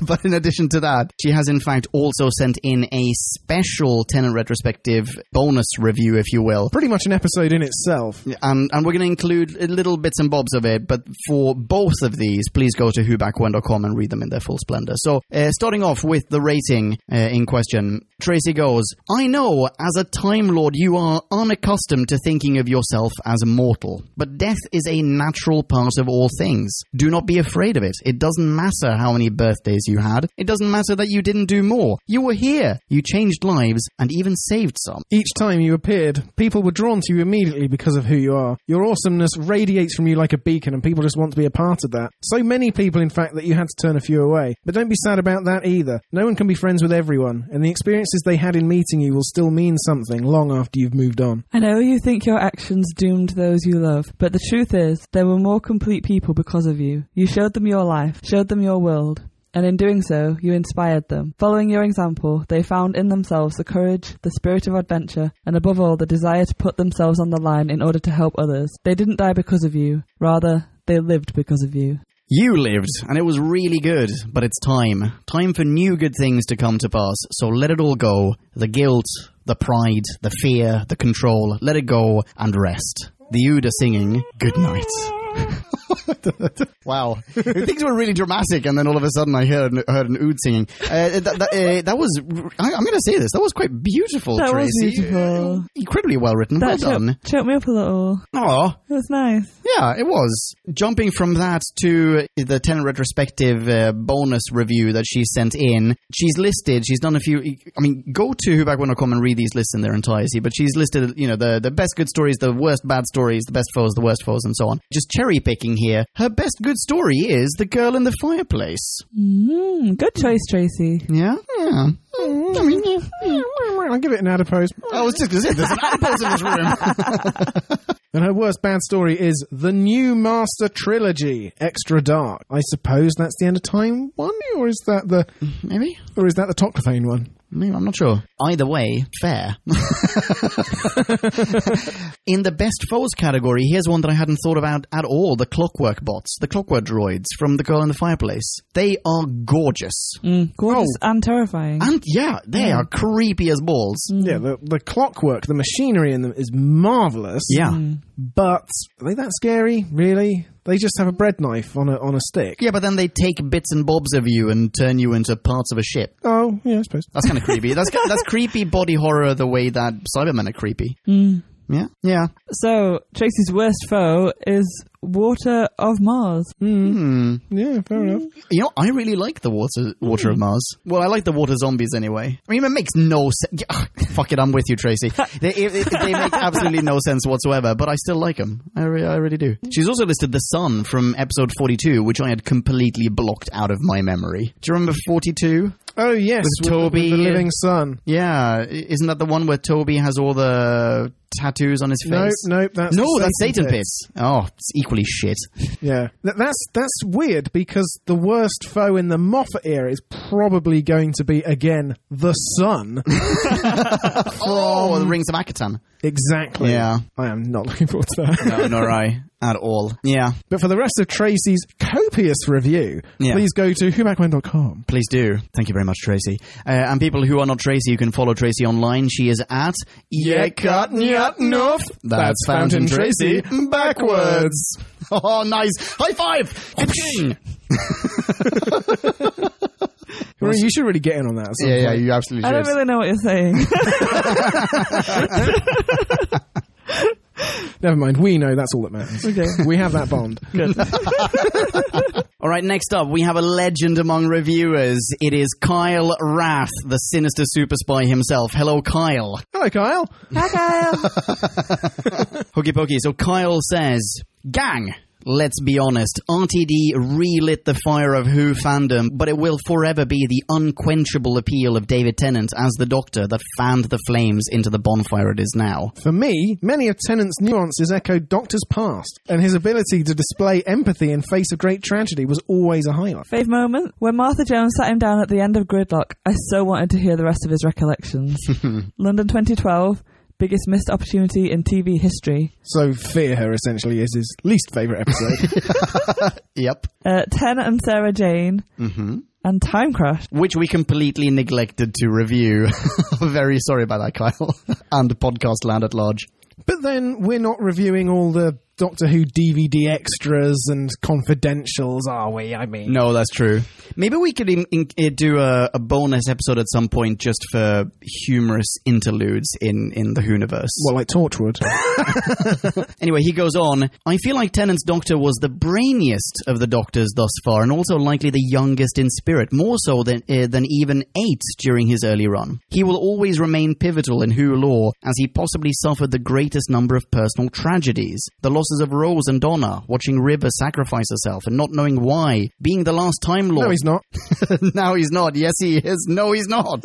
but in addition to that, she has in fact also sent in a special tenant retrospective bonus review, if you will. Pretty much an episode in itself. And, and we're going to include little bits and bobs of it, but for both of these, please go to whobackwhen.com and read them in their full splendor. So, uh, starting off with the rating uh, in question, Tracy goes, I know, as a Time Lord, you are unaccustomed to thinking of yourself as a mortal, but death is a natural part of all things. Do not be afraid of it. It doesn't matter how many birthdays you had, it doesn't matter that you didn't do more. You were here, you changed lives, and even saved some. Each time you appeared, people were drawn to you immediately because of who you are. Your awesomeness radiates from you like a beacon, and people just want to be a part of that. So many people, in fact, that you had to turn a few away. But don't be sad about that either. No one can be friends with everyone, and the experiences they had in meeting you will still mean something long after you've moved on. I know you think your actions doomed those you love, but the truth is, there were more complete people because of you. You showed them your life, showed them your world. And in doing so, you inspired them. Following your example, they found in themselves the courage, the spirit of adventure, and above all, the desire to put themselves on the line in order to help others. They didn't die because of you, rather, they lived because of you. You lived, and it was really good, but it's time. Time for new good things to come to pass, so let it all go. The guilt, the pride, the fear, the control, let it go and rest. The Ood are singing, Good night. Wow, things were really dramatic, and then all of a sudden, I heard an, heard an oud singing. Uh, that, that, uh, that was, I, am going to say this, that was quite beautiful, That was Tracy. beautiful. Incredibly well written. well That choked, done. choked me up a little. Aw. It was nice. Yeah, it was. Jumping from that to the Tenet retrospective uh, bonus review that she sent in, she's listed, she's done a few, I mean, go to whobackwhen.com and read these lists in their entirety, but she's listed, you know, the, the best good stories, the worst bad stories, the best foes, the worst foes, and so on. Just cherry picking here. Her best good story is The Girl in the Fireplace. Mm, good choice, Tracy. Yeah? Yeah. I mean, yeah. yeah. I'll give it an adipose. I was just going to say, there's an adipose in this room. And her worst bad story is the New Master Trilogy, Extra Dark. I suppose that's the End of Time one, or is that the Maybe? or is that the Toclophane one? Maybe, I'm not sure. Either way, fair. In the best foes category, here's one that I hadn't thought about at all the clockwork bots, the clockwork droids from The Girl in the Fireplace. They are gorgeous. Mm, gorgeous Oh. and terrifying. And yeah, they are creepy as balls. Yeah, the, the clockwork, the machinery in them is marvelous. Yeah. but are they that scary? Really? They just have a bread knife on a on a stick. Yeah, but then they take bits and bobs of you and turn you into parts of a ship. Oh, yeah, I suppose. That's kind of creepy. That's that's creepy body horror the way that Cybermen are creepy. Yeah. Yeah. So Tracy's worst foe is Water of Mars. Yeah, fair mm. enough. You know, I really like the water water of Mars. Well, I like the water zombies anyway. I mean, it makes no sense. Fuck it, I'm with you, Tracy. they, it, it- they make absolutely no sense whatsoever, but I still like them. I, re- I really do. She's also listed the sun from episode 42, which I had completely blocked out of my memory. Do you remember 42? Oh With yes, with the- Toby. with the living son. Yeah, i- isn't that the one where Toby has all the tattoos on his face? Nope, nope. That's no, the that's Satan pit. Pits. Oh, it's equally shit. Yeah, Th- that's that's weird because the worst foe in the Moffat era is probably going to be again the sun. Oh, the Rings of Akatan. exactly. Yeah. I am not looking forward to that. No, nor I at all. Yeah, But for the rest of Tracy's copious review, Yeah. please go to whobackwhen.com. Please do. Thank you very much, Tracy. Uh, and people who are not Tracy, you can follow Tracy online. She is at enough. That's Fountain Tracy backwards. Oh, nice. High five. Ka-ching. Well, you should really get in on that. at some yeah, yeah, point. you absolutely I don't should. really know what you're saying. Never mind. We know that's all that matters. Okay. We have that bond. All right, next up, we have a legend among reviewers. It is Kyle Rath, the sinister super spy himself. Hello, Kyle. Hello, Kyle. Hi, Kyle. Hokey pokey. So Kyle says, Gang, let's be honest. RTD relit the fire of Who fandom, but it will forever be the unquenchable appeal of David Tennant as the Doctor that fanned the flames into the bonfire it is now. For me, many of Tennant's nuances echoed Doctor's past, and his ability to display empathy in face of great tragedy was always a highlight. Fave moment. When Martha Jones sat him down at the end of Gridlock, I so wanted to hear the rest of his recollections. London 2012, biggest missed opportunity in TV history. So, Fear Her essentially is his least favourite episode. Yep. Uh, Ten and Sarah Jane. Mm-hmm. And Time Crush. Which we completely neglected to review. Very sorry about that, Kyle. and podcast land at large. but then we're not reviewing all the Doctor Who DVD extras and confidentials, are we? I mean, No, that's true. Maybe we could in, in, uh, do a, a bonus episode at some point just for humorous interludes in, in the Hooniverse. well, like Torchwood. Anyway, he goes on. I feel like Tennant's doctor was the brainiest of the doctors thus far, and also likely the youngest in spirit, more so than uh, than even eight during his early run. He will always remain pivotal in Who lore, as he possibly suffered the greatest number of personal tragedies: the losses of Rose and Donna, watching River sacrifice herself and not knowing why, being the last Time Lord. no, he's not. now he's not. Yes, he is. No, he's not.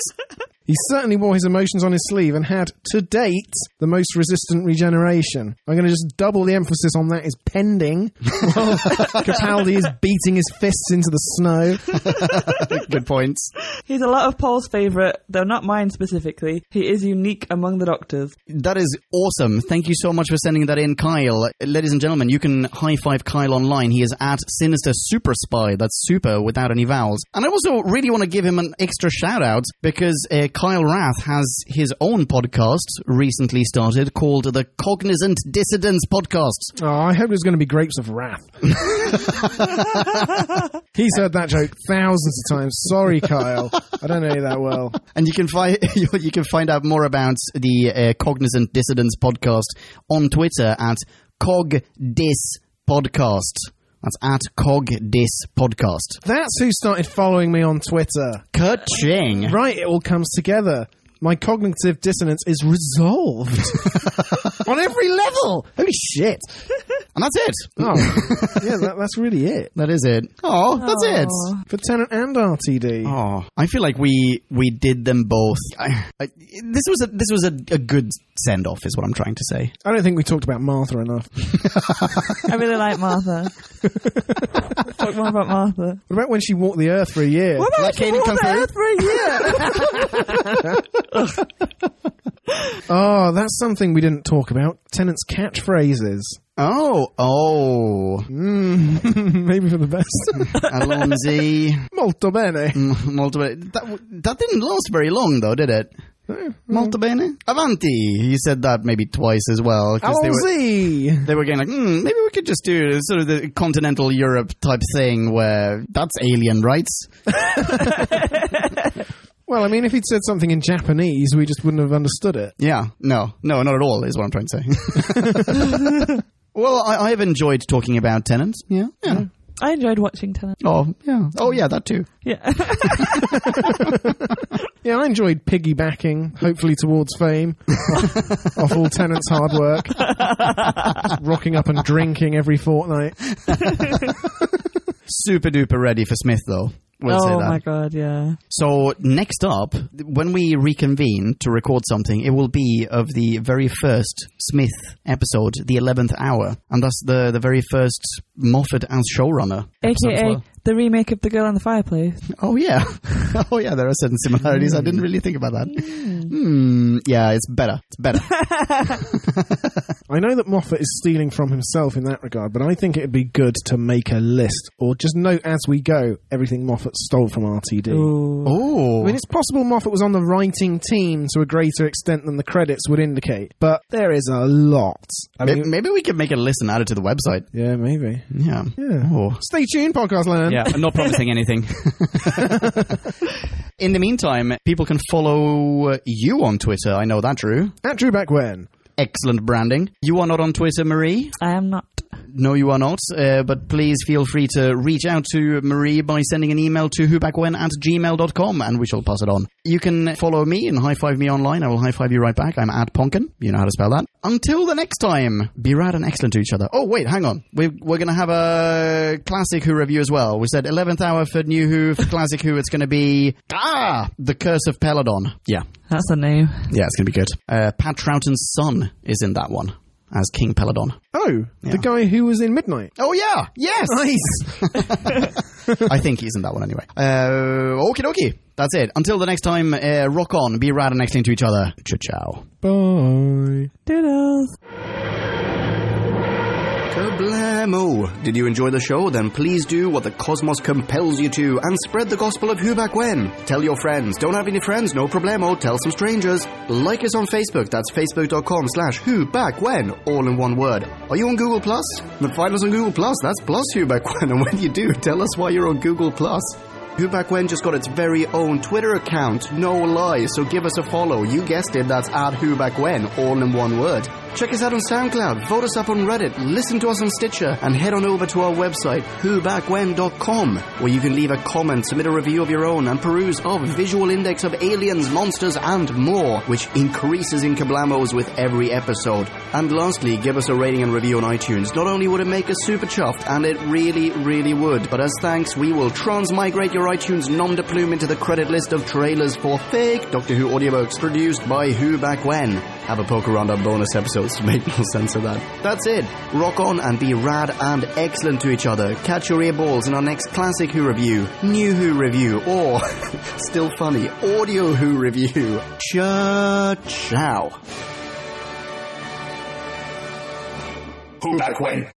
He certainly wore his emotions on his sleeve and had, to date, the most resistant regeneration. I'm going to just double the emphasis on that is pending. While Capaldi is beating his fists into the snow. Good points. He's a lot of Paul's favourite, though not mine specifically. He is unique among the doctors. That is awesome. Thank you so much for sending that in, Kyle. Ladies and gentlemen, you can high five Kyle online. He is at Sinister Super Spy. That's super without any vowels. And I also really want to give him an extra shout out because uh, Kyle Rath has his own podcast recently started called the Cognizant Dissidents Podcast. Oh, I hope there's going to be grapes of wrath. He's heard that joke thousands of times. Sorry, Kyle. I don't know you that well. And you can find you can find out more about the uh, Cognizant Dissidents Podcast on Twitter at cogdis podcast. That's at cogdis podcast. That's who started following me on Twitter. Ka-ching. Right, it all comes together. My cognitive dissonance is resolved on every level. Holy shit! And that's it. Oh, yeah, that, that's really it That is it. Oh, that's it. Aw. for Tenant and RTD. Oh, I feel like we we did them both. I, I, this was a this was a, a good send off, is what I'm trying to say. I don't think we talked about Martha enough. I really like Martha. Talk more about Martha. What about when she walked the earth for a year? What about Like she Katie walked the Comfort? earth for a year? Oh, that's something we didn't talk about. Tenant's catchphrases. Oh, oh, Maybe for the best. Alonzi, Molto bene. M- molto bene. Mm, That w- that didn't last very long, though, did it? Molto bene, avanti. You said that maybe twice as well. 'cause they were- Alzi. they were going like, hmm, maybe we could just do sort of the continental Europe type thing where that's alien rights. Well, I mean, if he'd said something in Japanese, we just wouldn't have understood it. Yeah, no, no, not at all, is what I'm trying to say. well, I, I've enjoyed talking about tenants. Yeah, yeah. I enjoyed watching Tenet. Oh, yeah. Oh, yeah, that too. Yeah. Yeah, I enjoyed piggybacking, hopefully towards fame, off, off all tenants' hard work. Just rocking up and drinking every fortnight. Super duper ready for Smith, though. We'll say oh that. my god, yeah. So, next up, when we reconvene to record something, it will be of the very first Smith episode, the 11th hour, and thus the, the very first Moffat as showrunner. episode as AKA well. the remake of The Girl in the Fireplace. Oh yeah, oh yeah. There are certain similarities. I didn't really think about that. Hmm. Yeah, it's better. It's better. I know that Moffat is stealing from himself in that regard, but I think it'd be good to make a list or just note as we go everything Moffat stole from RTD. Ooh. oh, I mean, it's possible Moffat was on the writing team to a greater extent than the credits would indicate, but there is a lot. I maybe, mean, we can make a list and add it to the website. yeah, maybe. Yeah. Yeah. Oh. Stay tuned, Podcast Land. Yeah, I'm not promising anything. In the meantime, people can follow you on Twitter. I know that, Drew. At Drew Back When. Excellent branding. You are not on Twitter, Marie. I am not. No, you are not. Uh, but please feel free to reach out to Marie by sending an email to whobackwhen at gmail.com and we shall pass it on. You can follow me and high five me online. I will high five you right back. I'm at Ponkin. You know how to spell that. Until the next time, be rad and excellent to each other. Oh, wait, hang on. We're, we're going to have a Classic Who review as well. We said 11th hour for New Who. For Classic Who, it's going to be ah, The Curse of Peladon. Yeah. That's a name. Yeah, it's going to be good. Uh, Pat Troughton's son is in that one as King Peladon. Oh, Yeah. the guy who was in Midnight. Oh, yeah. Yes. Nice. I think he's in that one anyway. Uh, okie dokie. That's it. Until the next time, uh, rock on, be rad and excellent to each other. Ciao, ciao. Bye. Doodles. Kablamo! Did you enjoy the show? Then please do what the cosmos compels you to and spread the gospel of who back when. Tell your friends. Don't have any friends? No problemo. Tell some strangers. Like us on Facebook. That's facebook.com slash who back when. All in one word. Are you on Google Plus? Then find us on Google Plus. That's plus who back when. And when you do, tell us why you're on Google Plus. Who Back When just got its very own Twitter account, no lie, so give us a follow. You guessed it, that's at Who Back When, all in one word. Check us out on SoundCloud, vote us up on Reddit, listen to us on Stitcher, and head on over to our website, whobackwhen.com, where you can leave a comment, submit a review of your own, and peruse our visual index of aliens, monsters, and more, which increases in kablamos with every episode. And lastly, give us a rating and review on iTunes. Not only would it make us super chuffed, and it really, really would, but as thanks, we will transmigrate your iTunes nom de plume into the credit list of trailers for fake Doctor Who audiobooks produced by Who Back When. Have a poke around our bonus episodes to make no sense of that. That's it. Rock on and be rad and excellent to each other. Catch your ear balls in our next classic Who review, new Who review, or, still funny, audio Who review. Cha ciao. Who back when?